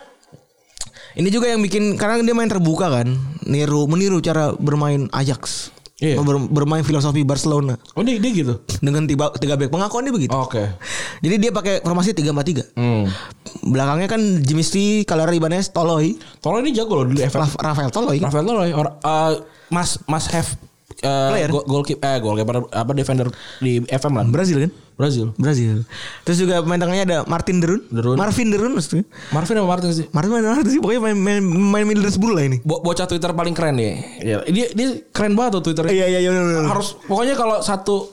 Speaker 3: ini juga yang bikin karena dia main terbuka kan, niru meniru cara bermain Ajax,
Speaker 2: Iya.
Speaker 3: Ber- bermain filosofi Barcelona
Speaker 2: Oh dia, dia gitu.
Speaker 3: dengan tiga tiga back pengakuan dia begitu.
Speaker 2: Oke.
Speaker 3: Jadi dia pakai formasi 3-4-3.
Speaker 2: Hmm.
Speaker 3: Belakangnya kan Jimisti, Calera Ibanez, Toloi,
Speaker 2: Tolong ini jago loh dulu FF.
Speaker 3: Raf- Rafael Toloi. kan?
Speaker 2: Rafael Tolong or, eh, Mas Mas have eh,
Speaker 3: Player.
Speaker 2: go- goalkeeper eh goalkeeper apa defender di FM lah.
Speaker 3: Brazil kan?
Speaker 2: Brazil.
Speaker 3: Brazil. Terus juga pemain tengahnya ada Martin Derun,
Speaker 2: Derun.
Speaker 3: Marvin Derun maksudnya.
Speaker 2: Marvin apa Martin sih?
Speaker 3: Martin main main- sih pokoknya main main, main Middlesbrough lah ini.
Speaker 2: Bo- bocah Twitter paling keren deh. Iya. Dia dia keren banget tuh Twitternya.
Speaker 3: Iya iya iya benar benar.
Speaker 2: harus pokoknya kalau satu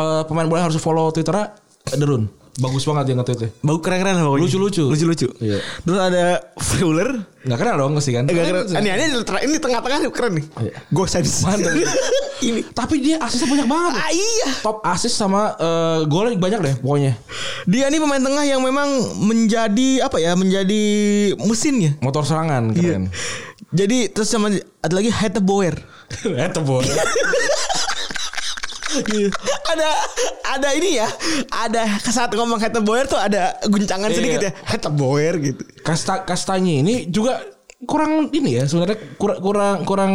Speaker 2: eh, pemain bola harus follow twitternya eh, Derun bagus banget dia nge-tweetnya
Speaker 3: Bau keren-keren lah pokoknya.
Speaker 2: Lucu-lucu.
Speaker 3: Lucu-lucu.
Speaker 2: Iya.
Speaker 3: Terus ada Fuller.
Speaker 2: nggak kenal dong sih kan
Speaker 3: Agak
Speaker 2: Keren
Speaker 3: keren.
Speaker 2: sih.
Speaker 3: Ini ini ini tengah-tengah keren nih.
Speaker 2: Iya.
Speaker 3: Gosens.
Speaker 2: Mantap.
Speaker 3: ini.
Speaker 2: tapi dia asisnya banyak banget
Speaker 3: Ah iya.
Speaker 2: top asis sama eh, golnya banyak deh pokoknya
Speaker 3: Dia ini pemain tengah yang memang menjadi apa ya? Menjadi mesinnya.
Speaker 2: motor serangan keren
Speaker 3: Iya. Jadi terus sama ada lagi Hete Boer.
Speaker 2: itu boy Iya.
Speaker 3: ada ada ini ya. Ada saat ngomong Hete Boer tuh ada guncangan
Speaker 2: Iya.
Speaker 3: sedikit ya. Hete Boer gitu.
Speaker 2: Kasta Kastanya ini juga kurang ini ya sebenarnya kurang kurang kurang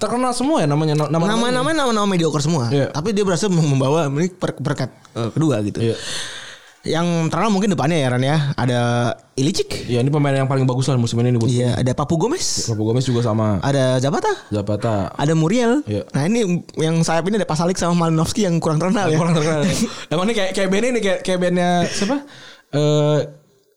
Speaker 2: terkenal semua ya namanya nama- namanya.
Speaker 3: Nama-nama nama-nama mediocre semua.
Speaker 2: Iya.
Speaker 3: Tapi dia berhasil membawa ini per- berkat eh, kedua gitu.
Speaker 2: Iya.
Speaker 3: Yang terkenal mungkin depannya ya Ran ya. Ada Ilicik.
Speaker 2: Ya ini pemain yang paling bagus lah musim ini buat
Speaker 3: Iya, ada Papu Gomez.
Speaker 2: Rabu Gomez juga sama
Speaker 3: Ada Zapata.
Speaker 2: Zapata
Speaker 3: Ada Muriel.
Speaker 2: Iya.
Speaker 3: Nah ini yang sayap ini ada Pasalik sama Malinowski yang kurang terkenal ya.
Speaker 2: kurang terkenal. Emang ini kayak kayak band ini kayak kayak bandnya siapa? Eh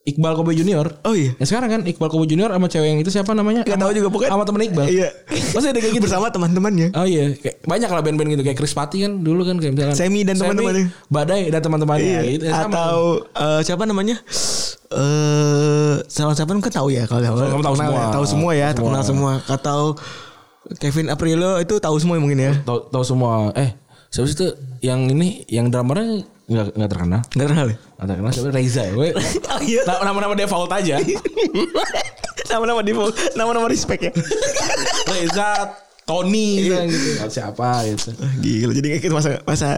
Speaker 2: Iqbal Kobe Junior.
Speaker 3: Oh iya.
Speaker 2: Ya sekarang kan Iqbal Kobe Junior sama cewek yang itu siapa namanya?
Speaker 3: Gak
Speaker 2: Sama-
Speaker 3: tahu juga pokoknya.
Speaker 2: Sama temen Iqbal.
Speaker 3: Iya.
Speaker 2: Masih ada kayak gitu.
Speaker 3: Bersama teman-temannya.
Speaker 2: Oh iya, Kayak banyak lah band-band gitu kayak Chris Patti kan dulu kan kayak misalkan
Speaker 3: Semi dan teman-temannya. Iya,
Speaker 2: Badai dan teman-temannya gitu. Ya, sama.
Speaker 3: Atau eh, siapa namanya? Eh, salah siapa kan tahu ya kalau
Speaker 2: Sama-sama tahu
Speaker 3: terkenal
Speaker 2: semua.
Speaker 3: ya. Tahu semua ya,
Speaker 2: Semua.
Speaker 3: terkenal semua. Atau Kevin Aprilio itu tahu semua mungkin ya.
Speaker 2: tahu tahu semua. Eh, siapa sih itu yang ini yang drummernya nggak nggak terkenal?
Speaker 3: Enggak terkenal ya?
Speaker 2: Nggak terkenal siapa? Reza ya. Gue-
Speaker 3: Oh iya.
Speaker 2: Nah, Nama-nama default aja.
Speaker 3: Nama-nama default, nama-nama respect ya.
Speaker 2: Reza,
Speaker 3: Iya.
Speaker 2: Tony gitu. Siapa gitu.
Speaker 3: Gila, jadi kayak gitu masa masa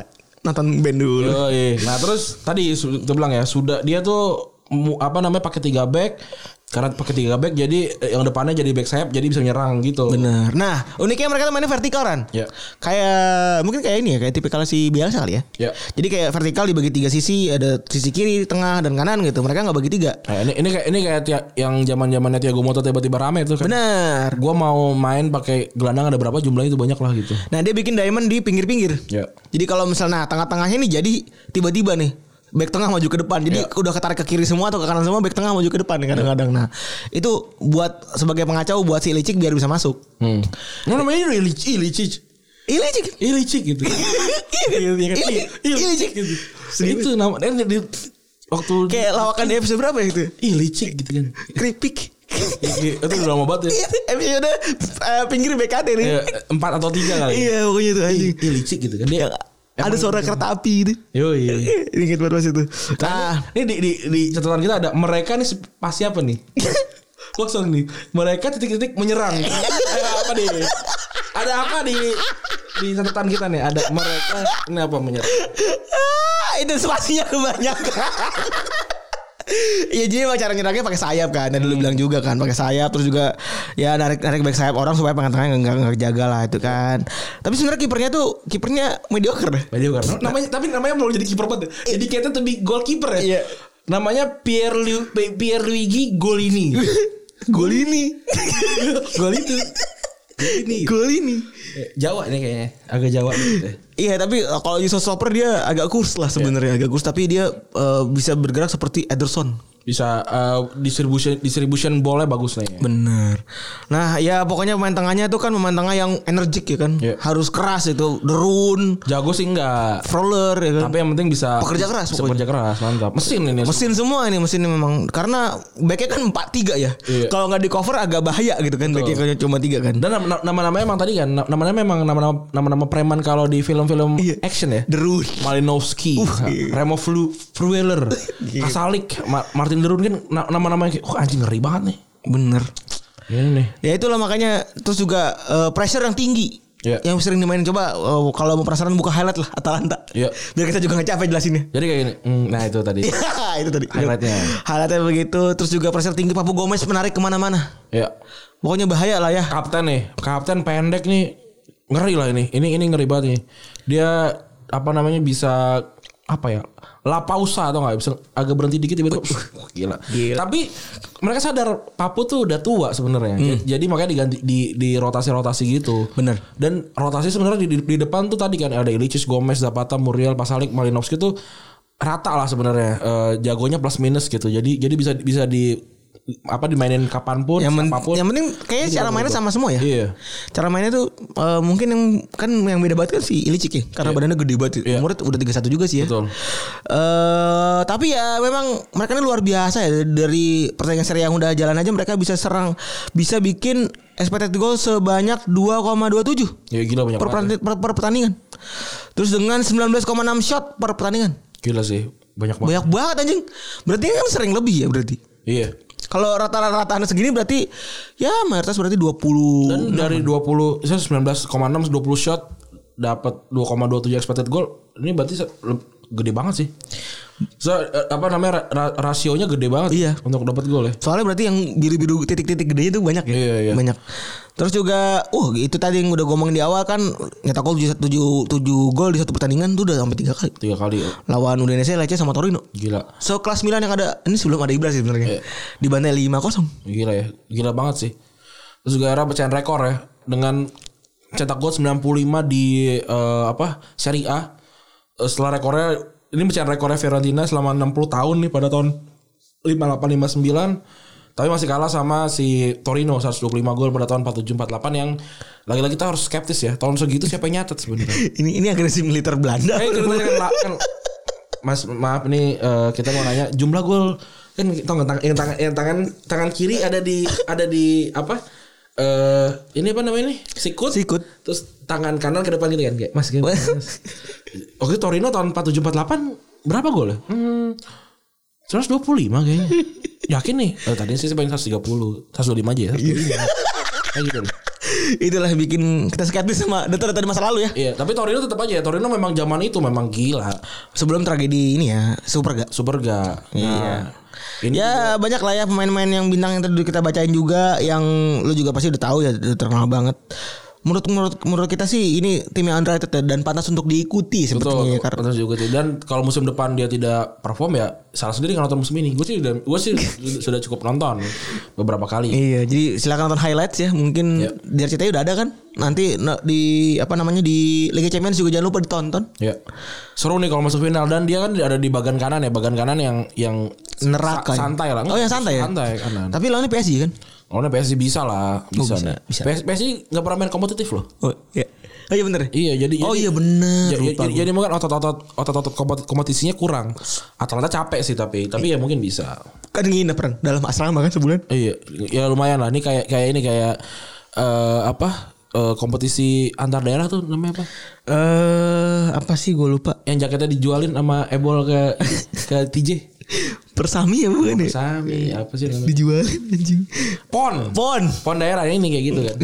Speaker 3: nonton band dulu.
Speaker 2: Yoi. Nah terus tadi su- kita bilang ya sudah dia tuh mu- apa namanya pakai tiga back karena pakai tiga back jadi eh, yang depannya jadi back sayap jadi bisa menyerang gitu.
Speaker 3: Bener. Nah, uniknya mereka tuh mainnya vertikal kan.
Speaker 2: Ya.
Speaker 3: Kayak mungkin kayak ini ya, kayak tipikal si biasa kali ya.
Speaker 2: Ya.
Speaker 3: Jadi kayak vertikal dibagi tiga sisi, ada sisi kiri, tengah, dan kanan gitu. Mereka nggak bagi tiga.
Speaker 2: Nah, ini ini kayak ini kayak tia- yang zaman zamannya Tiago Moto tiba-tiba rame tuh. Kan.
Speaker 3: Bener.
Speaker 2: Gua mau main pakai gelandang ada berapa jumlahnya itu banyak lah gitu.
Speaker 3: Nah, dia bikin diamond di pinggir-pinggir.
Speaker 2: Ya.
Speaker 3: Jadi kalau misalnya nah, tengah-tengahnya nih jadi tiba-tiba nih back tengah maju ke depan.
Speaker 2: Ya.
Speaker 3: Jadi udah ketarik ke kiri semua atau ke kanan semua back tengah maju ke depan kadang-kadang. Nah, itu buat sebagai pengacau buat si Licik biar bisa masuk.
Speaker 2: Hmm. Nah, namanya Ilicic, Ilicic,
Speaker 3: Ilicik.
Speaker 2: Ilicic gitu. Iya kan?
Speaker 3: Ili- Ilicic.
Speaker 2: gitu. Itu nama eh, di, waktu
Speaker 3: Kayak lawakan di episode berapa ya itu?
Speaker 2: Ilicic gitu kan.
Speaker 3: Kripik.
Speaker 2: Itu udah lama banget ya.
Speaker 3: Iya, episode eh, pinggir BKT nih.
Speaker 2: Ya, empat atau tiga kali.
Speaker 3: Iya, pokoknya itu anjing.
Speaker 2: Iya licik gitu kan dia.
Speaker 3: Ya, Yang ada suara kereta api gitu.
Speaker 2: Yo
Speaker 3: Ingat banget pas itu. Nah,
Speaker 2: Nah, ini di, di, di catatan kita ada mereka nih se- pasti apa nih? Kosong nih. Mereka titik-titik menyerang. ada apa nih? Ada apa di di catatan kita nih? Ada mereka ini apa menyerang?
Speaker 3: ah, itu spasinya kebanyakan. Iya jadi emang cara nyerangnya pakai sayap kan Tadi lu bilang juga kan pakai sayap Terus juga Ya narik-narik back sayap orang Supaya pengantangannya nggak nggak jaga lah itu kan Tapi sebenarnya kipernya tuh Kipernya mediocre deh
Speaker 2: Badio Karno. Namanya tapi namanya belum jadi kiper banget. Jadi kita tuh di goalkeeper ya.
Speaker 3: Iya.
Speaker 2: Namanya Pierre Lu, Pierre Luigi Golini.
Speaker 3: Gol ini
Speaker 2: Gol itu. Golini.
Speaker 3: Gol ini
Speaker 2: Eh, Jawa nih kayaknya. Agak Jawa gitu.
Speaker 3: Iya tapi uh, Iya. kalau Yusuf Soper dia agak kurs lah sebenarnya agak kurs tapi dia uh, bisa bergerak seperti Ederson.
Speaker 2: bisa eh, distribution distribution ballnya bagus nih.
Speaker 3: Bener. Nah ya pokoknya pemain tengahnya itu kan pemain tengah yang energik ya kan.
Speaker 2: Iya.
Speaker 3: Harus keras itu. Derun.
Speaker 2: Jago sih enggak.
Speaker 3: Froller ya kan.
Speaker 2: Tapi ya yang penting bisa
Speaker 3: Pekerja keras
Speaker 2: bisa
Speaker 3: pokoknya.
Speaker 2: pekerja keras, mantap. Mesin ini.
Speaker 3: Mesin semua ini mesin memang karena backnya kan 4-3 ya.
Speaker 2: Iya.
Speaker 3: Kalau nggak di cover agak bahaya gitu kan backnya kalau cuma tiga kan.
Speaker 2: Dan nama- nama-namanya emang tadi kan nama-namanya emang nama-nama nama-nama preman kalau di film-film
Speaker 3: Iya.
Speaker 2: action ya.
Speaker 3: Derun.
Speaker 2: Malinowski,
Speaker 3: iya.
Speaker 2: Remo Flu, Frueler, Kasalik, Ma- Martin Derun kan na- nama-nama yang kayak, wah anjing ngeri banget nih.
Speaker 3: Bener.
Speaker 2: Ini nih.
Speaker 3: Ya itulah makanya terus juga eh, pressure yang tinggi.
Speaker 2: Iya.
Speaker 3: Yang sering dimainin coba eh, kalau mau penasaran buka highlight lah Atalanta.
Speaker 2: Iya.
Speaker 3: Biar kita juga nggak capek jelasinnya.
Speaker 2: Jadi kayak gini. Hmm, nah itu tadi.
Speaker 3: Iya. itu tadi.
Speaker 2: Highlightnya.
Speaker 3: Highlightnya begitu. Terus juga pressure tinggi. Papu Gomez menarik kemana-mana.
Speaker 2: ya.
Speaker 3: Pokoknya bahaya lah ya.
Speaker 2: Kapten nih, kapten pendek nih ngeri lah ini. Ini ini ngeri banget nih. Dia apa namanya bisa apa ya? La pausa atau nggak bisa agak berhenti dikit tiba-tiba Wah, gila.
Speaker 3: Gila.
Speaker 2: Tapi mereka sadar Papu tuh udah tua sebenarnya. Jadi makanya diganti di di rotasi-rotasi gitu.
Speaker 3: Hmm. Bener.
Speaker 2: Dan rotasi sebenarnya di, di depan tuh tadi kan ada Ilicic, Gomez, Zapata, Muriel, Pasalik, Malinowski tuh rata lah sebenarnya Eh, jagonya plus minus gitu. Jadi jadi bisa bisa di apa dimainin kapanpun
Speaker 3: Yang, men-
Speaker 2: siapapun.
Speaker 3: yang penting kayaknya
Speaker 2: Ini
Speaker 3: cara
Speaker 2: nggak
Speaker 3: mainnya
Speaker 2: berubah.
Speaker 3: sama semua ya.
Speaker 2: Iya.
Speaker 3: Cara mainnya tuh eh, mungkin yang kan yang beda banget kan si Ilicic ya. Karena badannya gede banget.
Speaker 2: Iya.
Speaker 3: Umurnya tuh udah 31 juga sih ya.
Speaker 2: Betul.
Speaker 3: Eh, tapi ya memang mereka ini luar biasa ya dari pertandingan seri yang udah jalan aja mereka bisa serang bisa bikin expected goal sebanyak 2,27
Speaker 2: Ya gila banyak banget.
Speaker 3: per, pertandingan- per, per pertandingan. Terus dengan 19,6 shot per pertandingan.
Speaker 2: Gila sih, banyak banget.
Speaker 3: Banyak banget anjing. Berarti kan sering lebih ya berarti.
Speaker 2: Iya.
Speaker 3: Kalau rata-rata segini berarti ya mayoritas berarti 20
Speaker 2: Dan dari 20 saya 19,6 20 shot dapat 2,27 expected goal. Ini berarti se- le- gede banget sih. So, eh, apa namanya ra- ra- rasionya gede banget
Speaker 3: Iya.
Speaker 2: untuk dapat gol ya.
Speaker 3: Soalnya berarti yang biru-biru titik-titik gedenya itu banyak ya.
Speaker 2: Iya, iya.
Speaker 3: Banyak. Terus juga uh itu tadi yang udah ngomongin di awal kan nyetak gol 7 7 7 gol di satu pertandingan tuh udah sampai 3 kali.
Speaker 2: Tiga kali.
Speaker 3: Lawan Udinese, Lecce sama Torino.
Speaker 2: Gila.
Speaker 3: So kelas Milan yang ada ini sebelum ada Ibra sih
Speaker 2: Iya.
Speaker 3: sebenarnya. Dibantai 5-0.
Speaker 2: Gila ya. Gila banget sih. Terus juga era pecahan rekor ya dengan cetak gol 95 di eh, apa? Serie A. Eh, setelah rekornya ini pecahan rekornya Fiorentina selama 60 tahun nih pada tahun 5859 tapi masih kalah sama si Torino 125 gol pada tahun 4748 yang lagi-lagi kita harus skeptis ya. Tahun segitu siapa yang nyatet sebenarnya?
Speaker 3: Ini ini agresi militer Belanda.
Speaker 2: Eh, kita tanya kan- kan- Mas maaf nih eh, kita mau nanya jumlah gol kan tau nggak, tang- yang tangan yang tangan tangan kiri ada di ada di apa eh ini apa namanya nih sikut
Speaker 3: Sikut.
Speaker 2: terus tangan kanan ke depan gitu kan kayak mas kayak mas. oke Torino tahun 4748 berapa gol ya hmm, 125 kayaknya yakin nih Eh, tadi sih paling 130 125 aja ya
Speaker 3: Iya.
Speaker 2: 125. Kayak gitu deh.
Speaker 3: Itulah yang bikin kita skeptis sama data-data di masa lalu ya.
Speaker 2: Iya, tapi Torino tetap aja. ya. Torino memang zaman itu memang gila.
Speaker 3: Sebelum tragedi ini ya, Superga.
Speaker 2: Superga. Nah,
Speaker 3: Iya.
Speaker 2: Ini
Speaker 3: ya banyak lah ya pemain-pemain yang bintang yang tadi kita bacain juga yang lu juga pasti udah tahu ya udah terkenal banget. Menurut menurut menurut kita sih ini tim yang underrated ya, dan pantas untuk diikuti
Speaker 2: betul.
Speaker 3: sebetulnya ya, karena
Speaker 2: Pantas juga tuh. Dan kalau musim depan dia tidak perform ya salah sendiri nggak nonton musim ini. Gue sih udah, gue sih sudah cukup nonton beberapa kali.
Speaker 3: Iya, jadi silakan nonton highlights ya. Mungkin
Speaker 2: Iya.
Speaker 3: dari ceritanya udah ada kan. Nanti na- di apa namanya di Liga Champions juga jangan lupa ditonton.
Speaker 2: Ya. Seru nih kalau masuk final dan dia kan ada di bagian kanan ya, bagian kanan yang yang
Speaker 3: Neraka.
Speaker 2: sa- santai lah.
Speaker 3: Oh, yang santai ya?
Speaker 2: Santai kanan. Oh,
Speaker 3: Tapi lawannya PSG kan.
Speaker 2: Lawannya PSG bisa lah, bisa.
Speaker 3: Oh, bisa,
Speaker 2: nih.
Speaker 3: bisa.
Speaker 2: PS PSG nggak pernah main kompetitif loh.
Speaker 3: Oh iya. Oh iya bener.
Speaker 2: Iya jadi
Speaker 3: Oh
Speaker 2: jadi-
Speaker 3: iya bener,
Speaker 2: Ya, ya,
Speaker 3: lupa
Speaker 2: jadi, jadi mungkin otot-otot otot-otot kompet- kompetisinya kurang. Atalanta capek sih tapi tapi ya mungkin bisa.
Speaker 3: Kan nginep Ren. dalam asrama kan sebulan.
Speaker 2: Iya, ya lumayan lah. Ini kayak kayak ini kayak eh apa eh, kompetisi antar daerah tuh namanya apa?
Speaker 3: Eh apa sih gue lupa.
Speaker 2: Yang jaketnya dijualin sama Ebol ke ke TJ.
Speaker 3: Persami ya bukan ya?
Speaker 2: Sami, apa sih namanya?
Speaker 3: Dijualin anjing.
Speaker 2: Pon.
Speaker 3: Pon.
Speaker 2: Pon daerah ini kayak gitu kan.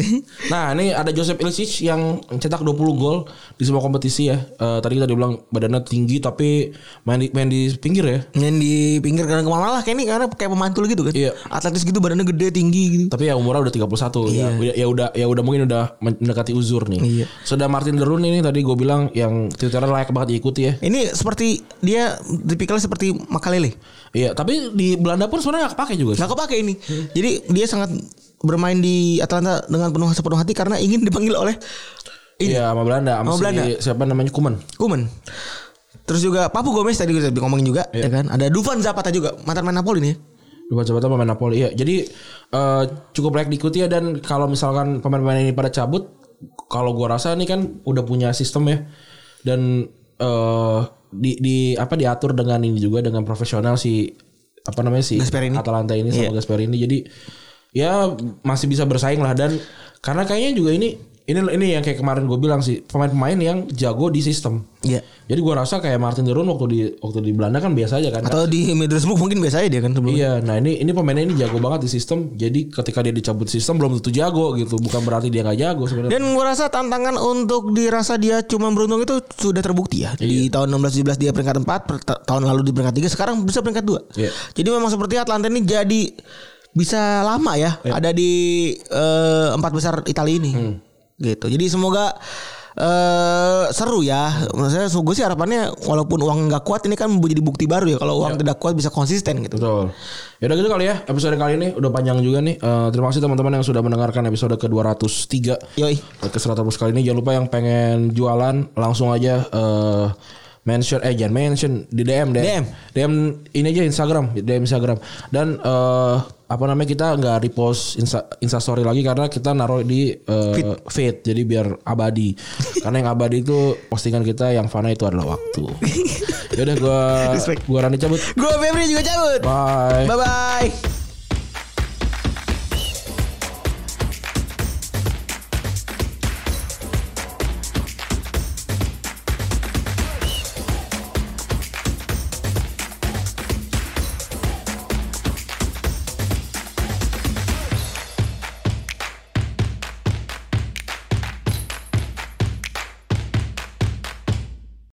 Speaker 2: Nah, ini ada Joseph Ilicic yang cetak 20 gol di semua kompetisi ya. Eh, tadi kita dibilang badannya tinggi tapi main di, main di pinggir ya.
Speaker 3: Yang di pinggir kanan kemana lah kayak ini karena kayak pemantul gitu kan.
Speaker 2: Iya.
Speaker 3: Atletis gitu badannya gede tinggi gitu.
Speaker 2: Tapi ya umurnya udah 31 ya. Ya udah ya udah mungkin udah mendekati uzur nih.
Speaker 3: Iya.
Speaker 2: Sudah Martin Derun ini tadi gue bilang yang Twitternya layak banget diikuti ya.
Speaker 3: Ini seperti dia tipikalnya seperti makalele.
Speaker 2: Iya, tapi di Belanda pun sebenarnya nggak kepake juga. sih.
Speaker 3: Gak kepake ini. Jadi dia sangat bermain di Atlanta dengan penuh sepenuh hati karena ingin dipanggil oleh ini
Speaker 2: Iya, sama Belanda, sama,
Speaker 3: Sama
Speaker 2: si-
Speaker 3: Belanda.
Speaker 2: siapa namanya Kuman.
Speaker 3: Kuman. Terus juga Papu Gomez tadi gue ngomongin juga ya kan. Ada Dufan Zapata juga mantan main Napoli nih.
Speaker 2: Bukan Sabata pemain Napoli. Iya, jadi eh, cukup layak diikuti ya dan kalau misalkan pemain-pemain ini pada cabut, kalau gua rasa ini kan udah punya sistem ya. Dan eh di, di apa diatur dengan ini juga dengan profesional si apa namanya si
Speaker 3: Gasperini.
Speaker 2: Atalanta ini sama Gasperini. Jadi ya masih bisa bersaing lah dan karena kayaknya juga ini ini ini yang kayak kemarin gue bilang sih pemain-pemain yang jago di sistem.
Speaker 3: Iya.
Speaker 2: Jadi gua rasa kayak Martin Derun waktu di waktu di Belanda kan biasa aja kan.
Speaker 3: Atau di Middlesbrough mungkin biasa aja dia kan sebelumnya.
Speaker 2: Iya, nah ini ini pemainnya ini jago banget di sistem. Jadi ketika dia dicabut sistem belum tentu jago gitu. Bukan berarti dia nggak jago sebenarnya.
Speaker 3: Dan gue rasa tantangan untuk dirasa dia cuma beruntung itu sudah terbukti ya. Di
Speaker 2: Iya.
Speaker 3: tahun 16-17 dia peringkat 4, per- ta- tahun lalu di peringkat 3, sekarang bisa peringkat 2.
Speaker 2: Iya.
Speaker 3: Jadi memang seperti Atlanta ini jadi bisa lama ya
Speaker 2: Iya.
Speaker 3: ada di eh, empat besar Italia ini.
Speaker 2: Hmm.
Speaker 3: Gitu. Jadi semoga eh seru ya. Maksudnya gue sih harapannya walaupun uang nggak kuat ini kan jadi bukti baru ya kalau
Speaker 2: Iya.
Speaker 3: uang tidak kuat bisa konsisten gitu.
Speaker 2: Betul. Ya udah gitu kali ya episode kali ini udah panjang juga nih. Eh, terima kasih teman-teman yang sudah mendengarkan episode ke-203.
Speaker 3: Yoi.
Speaker 2: Ke 100 kali ini jangan lupa yang pengen jualan langsung aja eh mention eh jangan mention di DM deh.
Speaker 3: DM.
Speaker 2: DM ini aja Instagram, DM Instagram. Dan eh apa namanya kita nggak repost insta instastory lagi karena kita naruh di eh, feed. jadi biar abadi karena yang abadi itu postingan kita yang fana itu adalah waktu yaudah gua
Speaker 3: Respect.
Speaker 2: gua Rani cabut
Speaker 3: Gue Febri juga cabut.
Speaker 2: bye
Speaker 3: Bye bye.